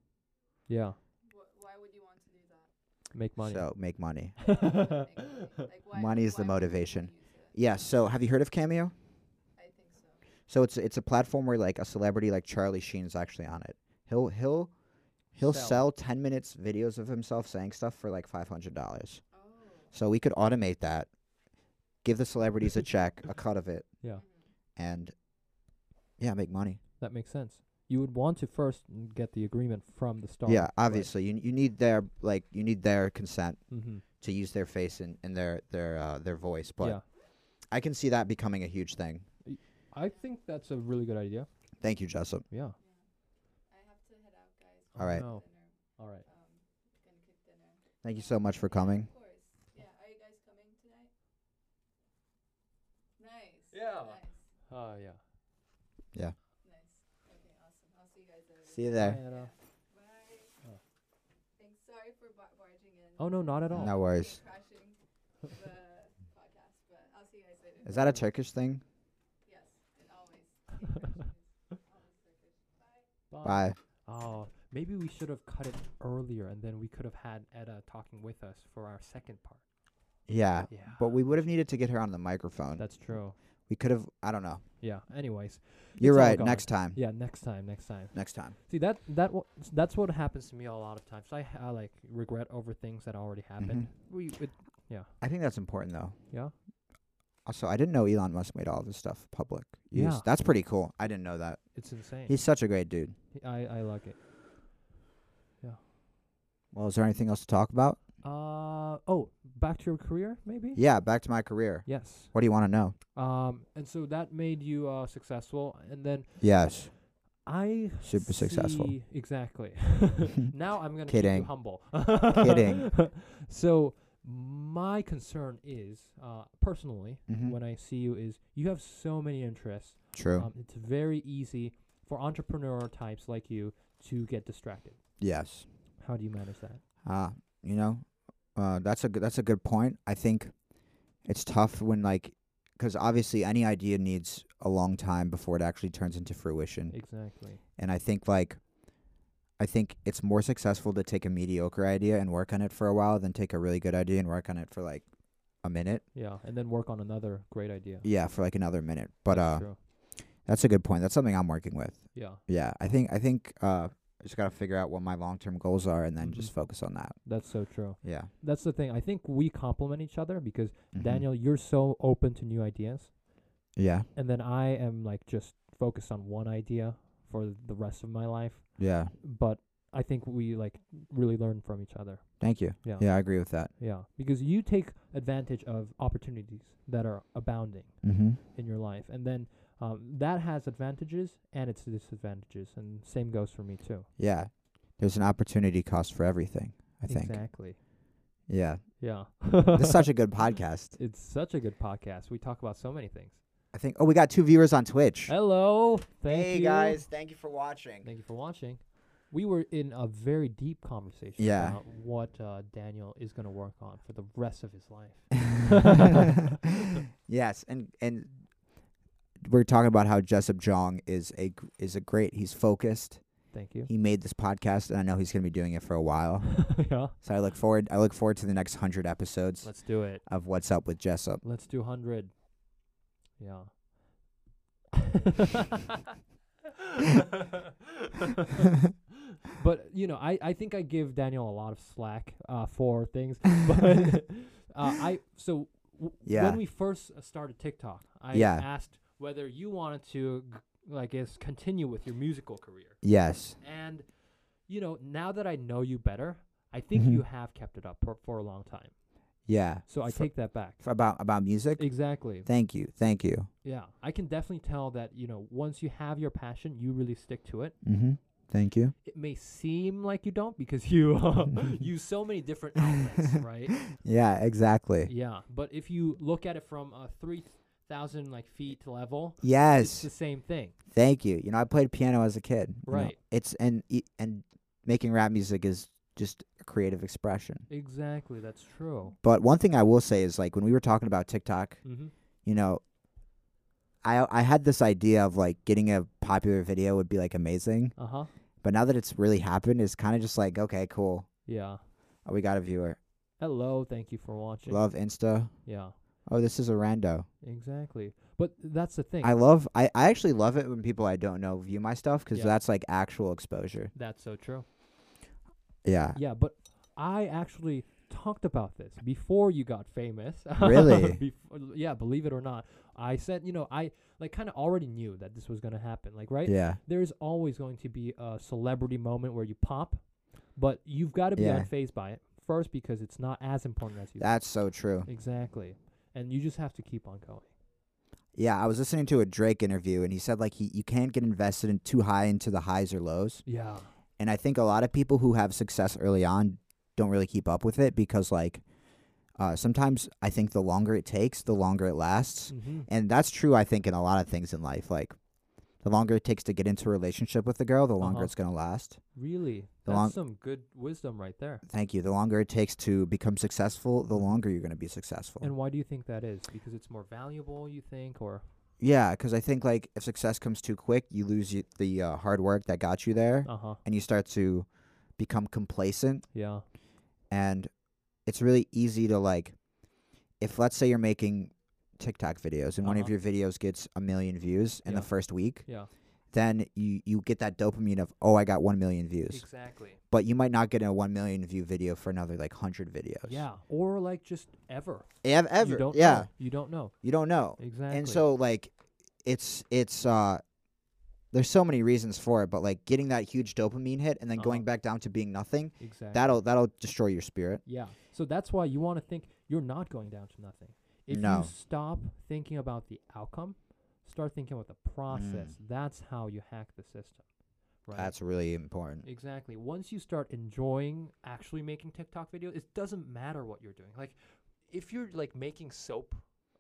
S2: Yeah.
S3: Wh- why would you want to do that?
S2: Make money.
S1: So make money.
S3: Like, like, why-
S1: Money is the
S3: why would you
S1: motivation.
S3: use it?
S1: Yeah, so have you heard of Cameo?
S3: I think so.
S1: So it's it's a platform where like a celebrity like Charlie Sheen's actually on it. He'll he'll he'll
S2: Sell.
S1: sell, 10 minutes videos of himself saying stuff for like $500.
S3: Oh.
S1: So we could automate that. Give the celebrities a check, a cut of it.
S2: Yeah.
S3: Mm-hmm.
S1: And yeah, make money.
S2: that makes sense. You would want to first n- get the agreement from the start.
S1: yeah, obviously you you need their like you need their consent
S2: Mm-hmm.
S1: to use their face and, and their their uh, their voice, but
S2: Yeah.
S1: I can see that becoming a huge thing.
S2: I think that's a really good idea.
S1: Thank you, Jessup.
S2: Yeah.
S3: I have to head out, guys.
S1: All right.
S2: No.
S3: Dinner.
S2: All right.
S3: Um, gonna cook dinner.
S1: Thank you so much for coming.
S3: Of course. Yeah. Are you guys coming tonight? Nice.
S2: Yeah.
S3: Nice.
S2: Uh, yeah.
S3: Nice. Okay. Awesome. I'll see you guys later.
S1: See you there.
S2: Right, uh,
S3: Bye.
S2: Oh.
S3: Thanks. Sorry for bar- barging in.
S2: Oh no, not at all.
S1: No worries.
S3: Crashing the podcast, but I'll see you guys later.
S1: Is that a Turkish thing?
S3: Yes. And always. hate crashes. Always Turkish. Bye.
S1: Bye.
S2: Oh, maybe we should have cut it earlier, and then we could have had Etta talking with us for our second part.
S1: Yeah.
S2: Yeah.
S1: But we would have needed to get her on the microphone.
S2: That's true.
S1: we could have. I don't know.
S2: Yeah. Anyways.
S1: You're
S2: all
S1: right.
S2: gone.
S1: Next time.
S2: Yeah. Next time. Next time.
S1: Next time.
S2: See that that w- that's what happens to me a lot of times. I, ha- I like regret over things that already happened.
S1: Mm-hmm.
S2: We it,
S1: I think that's important though.
S2: yeah.
S1: Also, I didn't know Elon Musk made all of his stuff public. Use.
S2: Yeah.
S1: That's pretty cool. I didn't know that.
S2: It's insane.
S1: He's such a great dude.
S2: I I like it.
S1: Well, is there anything else to talk about?
S2: Uh oh, back to your career maybe.
S1: Yeah. Back to my career.
S2: Yes.
S1: What do you want to know?
S2: Um, and so that made you uh successful, and then
S1: Yes.
S2: I
S1: Super successful.
S2: see- Exactly. now I'm gonna keep
S1: Kidding. Mm-hmm.
S2: you humble.
S1: Kidding.
S2: so my concern is, uh, personally,
S1: Mhm.
S2: when I see you, is you have so many interests.
S1: True.
S2: Um, it's very easy for entrepreneur types like you to get distracted.
S1: yes.
S2: How do you manage that?
S1: Uh, you know, uh, that's a good, that's a good point. I think it's tough when like, because obviously any idea needs a long time before it actually turns into fruition.
S2: Exactly.
S1: And I think like I think it's more successful to take a mediocre idea and work on it for a while than take a really good idea and work on it for like a minute.
S2: Yeah, and then work on another great idea.
S1: Yeah, for like another minute. But uh
S2: True.
S1: that's a good point. That's something I'm working with.
S2: Yeah,
S1: Yeah. I think I think uh I just gotta figure out what my long term goals are and then
S2: Mhm.
S1: just focus on that.
S2: that's so true.
S1: Yeah.
S2: That's the thing. I think we complement each other because
S1: Mhm.
S2: Daniel, you're so open to new ideas,
S1: Yeah.
S2: and then I am like just focused on one idea for the rest of my life.
S1: Yeah.
S2: But I think we like really learn from each other.
S1: Thank you.
S2: Yeah.
S1: Yeah, I agree with that.
S2: Yeah, because you take advantage of opportunities that are abounding
S1: Mm-hmm.
S2: in your life, and then um, that has advantages and its disadvantages, and same goes for me too.
S1: Yeah. There's an opportunity cost for everything, I think.
S2: Exactly.
S1: Yeah.
S2: Yeah.
S1: this is such a good podcast.
S2: it's such a good podcast. We talk about so many things.
S1: I think oh we got two viewers on Twitch.
S2: Hello. Oh, Thank
S1: hey
S2: you.
S1: guys, thank you for watching.
S2: Thank you for watching. We were in a very deep conversation
S1: Yeah.
S2: about what uh, Daniel is going to work on for the rest of his life.
S1: yes, and and we're talking about how Jessup Jong is a gr- is a great. He's focused.
S2: Thank you.
S1: He made this podcast, and I know he's going to be doing it for a while.
S2: yeah.
S1: So I look forward. I look forward to the next hundred episodes
S2: Let's do it.
S1: of What's Up with Jessup.
S2: Let's do 100. Yeah. but, you know, I, I think I give Daniel a lot of slack uh, for things. But uh, I, so w-
S1: Yeah.
S2: when we first uh, started TikTok, I
S1: Yeah.
S2: asked whether you wanted to, g- like, guess, continue with your musical career.
S1: Yes.
S2: And, you know, now that I know you better, I think
S1: Mhm.
S2: you have kept it up for, for a long time.
S1: Yeah.
S2: So I
S1: For-
S2: take that back.
S1: for about about music.
S2: Exactly.
S1: Thank you. Thank you.
S2: Yeah, I can definitely tell that, you know, once you have your passion, you really stick to it.
S1: Mm-hmm. Thank you.
S2: It may seem like you don't because you uh, use so many different outlets, right?
S1: Yeah. Exactly.
S2: Yeah, but if you look at it from a 3,000 like feet level, it's
S1: Yes.
S2: the same thing.
S1: Thank you. You know, I played piano as a kid. you know.
S2: Right.
S1: It's and e- and making rap music is just a creative expression.
S2: Exactly, that's true.
S1: But one thing I will say is like when we were talking about TikTok,
S2: Mhm.
S1: you know, I I had this idea of like getting a popular video would be like amazing,
S2: Uh-huh.
S1: but now that it's really happened, it's kind of just like okay, cool.
S2: Yeah.
S1: Oh, we got a viewer.
S2: Hello, thank you for watching.
S1: Love Insta.
S2: Yeah.
S1: Oh, this is a rando.
S2: Exactly. But that's the thing.
S1: I love. I, I actually love it when people I don't know view my stuff because
S2: Yeah.
S1: that's like actual exposure.
S2: that's so true.
S1: Yeah.
S2: Yeah, but I actually talked about this before you got famous.
S1: Really?
S2: Before, yeah, believe it or not. I said, you know, I like kind of already knew that this was going to happen. Like, right?
S1: Yeah.
S2: There's always going to be a celebrity moment where you pop, but you've got to be
S1: Yeah.
S2: unfazed by it first because it's not as important as you think.
S1: That's so true.
S2: Exactly. And you just have to keep on going.
S1: Yeah, I was listening to a Drake interview and he said like he you can't get invested in too high into the highs or lows.
S2: Yeah.
S1: And I think a lot of people who have success early on don't really keep up with it because like uh, sometimes I think the longer it takes, the longer it lasts.
S2: Mm-hmm.
S1: And that's true I think in a lot of things in life. Like the longer it takes to get into a relationship with a girl, the longer
S2: Uh-huh.
S1: it's gonna last.
S2: Really?
S1: The
S2: That's
S1: long-
S2: some good wisdom right there.
S1: Thank you. The longer it takes to become successful, the longer you're gonna be successful.
S2: And why do you think that is? Because it's more valuable, you think, or
S1: Yeah, because I think like if success comes too quick, you lose y- the uh, hard work that got you there,
S2: uh huh,
S1: and you start to become complacent.
S2: yeah,
S1: And it's really easy to like, if let's say you're making TikTok videos and one of
S2: Uh-huh.
S1: your videos gets a million views in the
S2: Yeah.
S1: first week,
S2: yeah,
S1: then you you get that dopamine of oh I got one million views,
S2: exactly.
S1: but you might not get a one million view video for another like hundred videos.
S2: Yeah, or like just ever.
S1: Ev- ever.
S2: You don't
S1: yeah,
S2: Know. You don't know.
S1: you don't know.
S2: Exactly.
S1: And so like it's it's uh there's so many reasons for it, but like getting that huge dopamine hit and then going
S2: Uh-huh.
S1: back down to being nothing,
S2: exactly.
S1: that'll that'll destroy your spirit.
S2: yeah. So that's why you want to think you're not going down to nothing. If
S1: No.
S2: you stop thinking about the outcome, start thinking about the process. That's how you hack the system. Right.
S1: Mm. That's really important.
S2: Exactly. Once you start enjoying actually making TikTok videos, it doesn't matter what you're doing. Like, if you're like making soap,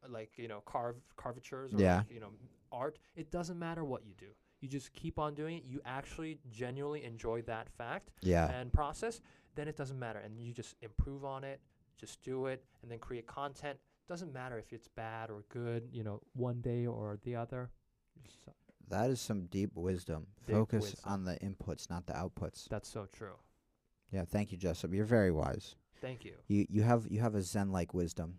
S2: uh, like you know, carve carvatures or
S1: Yeah.
S2: like, you know, art, it doesn't matter what you do. You just keep on doing it. You actually genuinely enjoy that fact
S1: Yeah.
S2: and process. Then it doesn't matter, and you just improve on it. Just do it, and then create content. Doesn't matter if it's bad or good. You know, one day or the other. Just, uh,
S1: That is some deep wisdom.
S2: Deep
S1: Focus
S2: wisdom.
S1: on the inputs, not the outputs.
S2: That's so true.
S1: Yeah, thank you, Jessup. You're very wise.
S2: Thank you.
S1: You you have you have a zen like wisdom.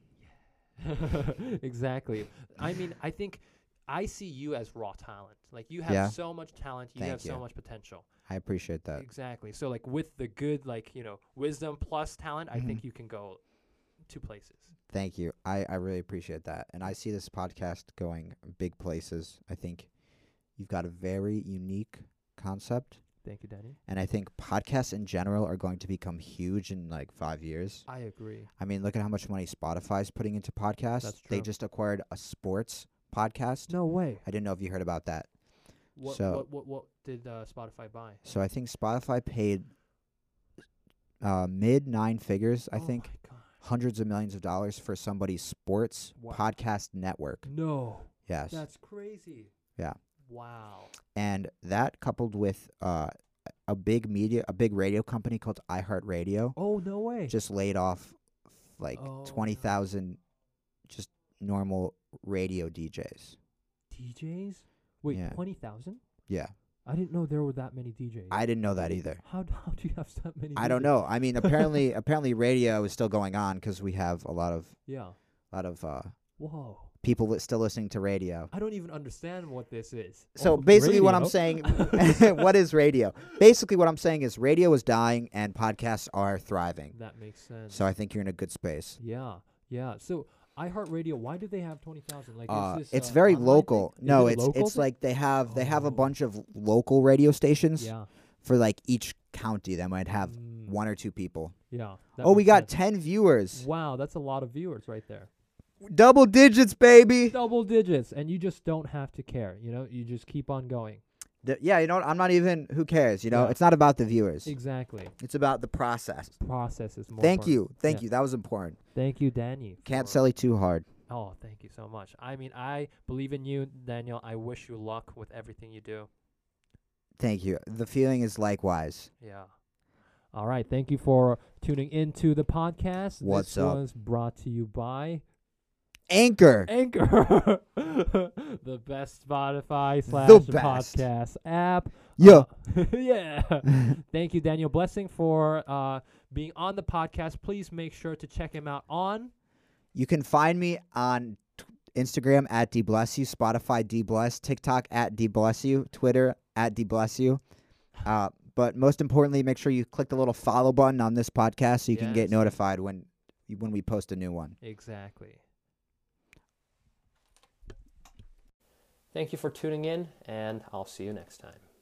S2: exactly. I mean, I think I see you as raw talent. Like you have
S1: Yeah.
S2: so much talent, you
S1: Thank
S2: have
S1: you.
S2: so much potential.
S1: I appreciate that.
S2: exactly. So like with the good like, you know, wisdom plus talent, I
S1: Mm-hmm.
S2: think you can go two places.
S1: Thank you. I, I really appreciate that. And I see this podcast going big places. I think you've got a very unique concept.
S2: Thank you, Danny.
S1: And I think podcasts in general are going to become huge in like five years.
S2: I agree.
S1: I mean, look at how much money Spotify's putting into podcasts.
S2: That's
S1: They
S2: true.
S1: just acquired a sports podcast.
S2: No way.
S1: I didn't know if you heard about that.
S2: What
S1: So-
S2: what, what what did uh, Spotify buy?
S1: So I think Spotify paid uh, mid nine figures, I
S2: Oh
S1: think,
S2: my God.
S1: hundreds of millions of dollars for somebody's sports
S2: Wow.
S1: podcast network.
S2: No.
S1: Yes.
S2: That's crazy.
S1: Yeah.
S2: Wow.
S1: and that coupled with uh, a big media, a big radio company called iHeartRadio.
S2: Oh, no way.
S1: just laid off like
S2: Oh, no.
S1: 20,000 just normal radio DJs.
S2: DJs? Wait,
S1: Yeah.
S2: 20,000?
S1: Yeah.
S2: I didn't know there were that many DJs.
S1: I didn't know that either.
S2: how d- how do you have that many?
S1: I don't
S2: DJs?
S1: know. I mean, apparently, apparently, radio is still going on because we have a lot of
S2: Yeah.
S1: lot of uh,
S2: Whoa.
S1: people that still listening to radio.
S2: I don't even understand what this is.
S1: So
S2: Oh,
S1: basically, what I'm
S2: radio?
S1: saying, what is radio? Basically, what I'm saying is radio is dying and podcasts are thriving.
S2: That makes sense.
S1: So I think you're in a good space.
S2: Yeah, yeah. So iHeartRadio, why do they have twenty thousand? Like,
S1: Uh,
S2: is this,
S1: it's
S2: uh,
S1: very
S2: online
S1: local.
S2: thing? Is
S1: No,
S2: it a
S1: it's
S2: local
S1: it's
S2: thing?
S1: like they have they have
S2: Oh.
S1: a bunch of local radio stations
S2: yeah,
S1: for like each county that might have
S2: Mm,
S1: one or two people.
S2: Yeah. that
S1: oh, we
S2: makes
S1: got
S2: sense.
S1: ten viewers,
S2: wow, that's a lot of viewers right there.
S1: double digits, baby.
S2: Double digits, and you just don't have to care. You know, you just keep on going.
S1: Th- yeah, you know what? I'm not even. Who cares? You know,
S2: Yeah.
S1: it's not about the viewers.
S2: Exactly.
S1: It's about the process.
S2: Process is more.
S1: Thank
S2: important.
S1: you, thank
S2: Yeah.
S1: you. That was important.
S2: Thank you, Danny.
S1: Can't
S2: for-
S1: sell it too hard.
S2: Oh, thank you so much. I mean, I believe in you, Daniel. I wish you luck with everything you do.
S1: Thank you. The feeling is likewise.
S2: Yeah. All right. Thank you for tuning into the podcast.
S1: What's
S2: this
S1: up?
S2: was brought to you by
S1: Anchor.
S2: Anchor, the best Spotify slash
S1: best.
S2: podcast app.
S1: Yeah.
S2: Uh, yeah. Thank you, Daniel Blessing, for uh, being on the podcast. Please make sure to check him out on.
S1: You can find me on t- Instagram at dblessyou, Spotify dbless, TikTok at dblessyou, Twitter at dblessyou. Uh, but most importantly, make sure you click the little follow button on this podcast so you can
S2: Yes.
S1: get notified when when we post a new one.
S2: Exactly. Thank you for tuning in, and I'll see you next time.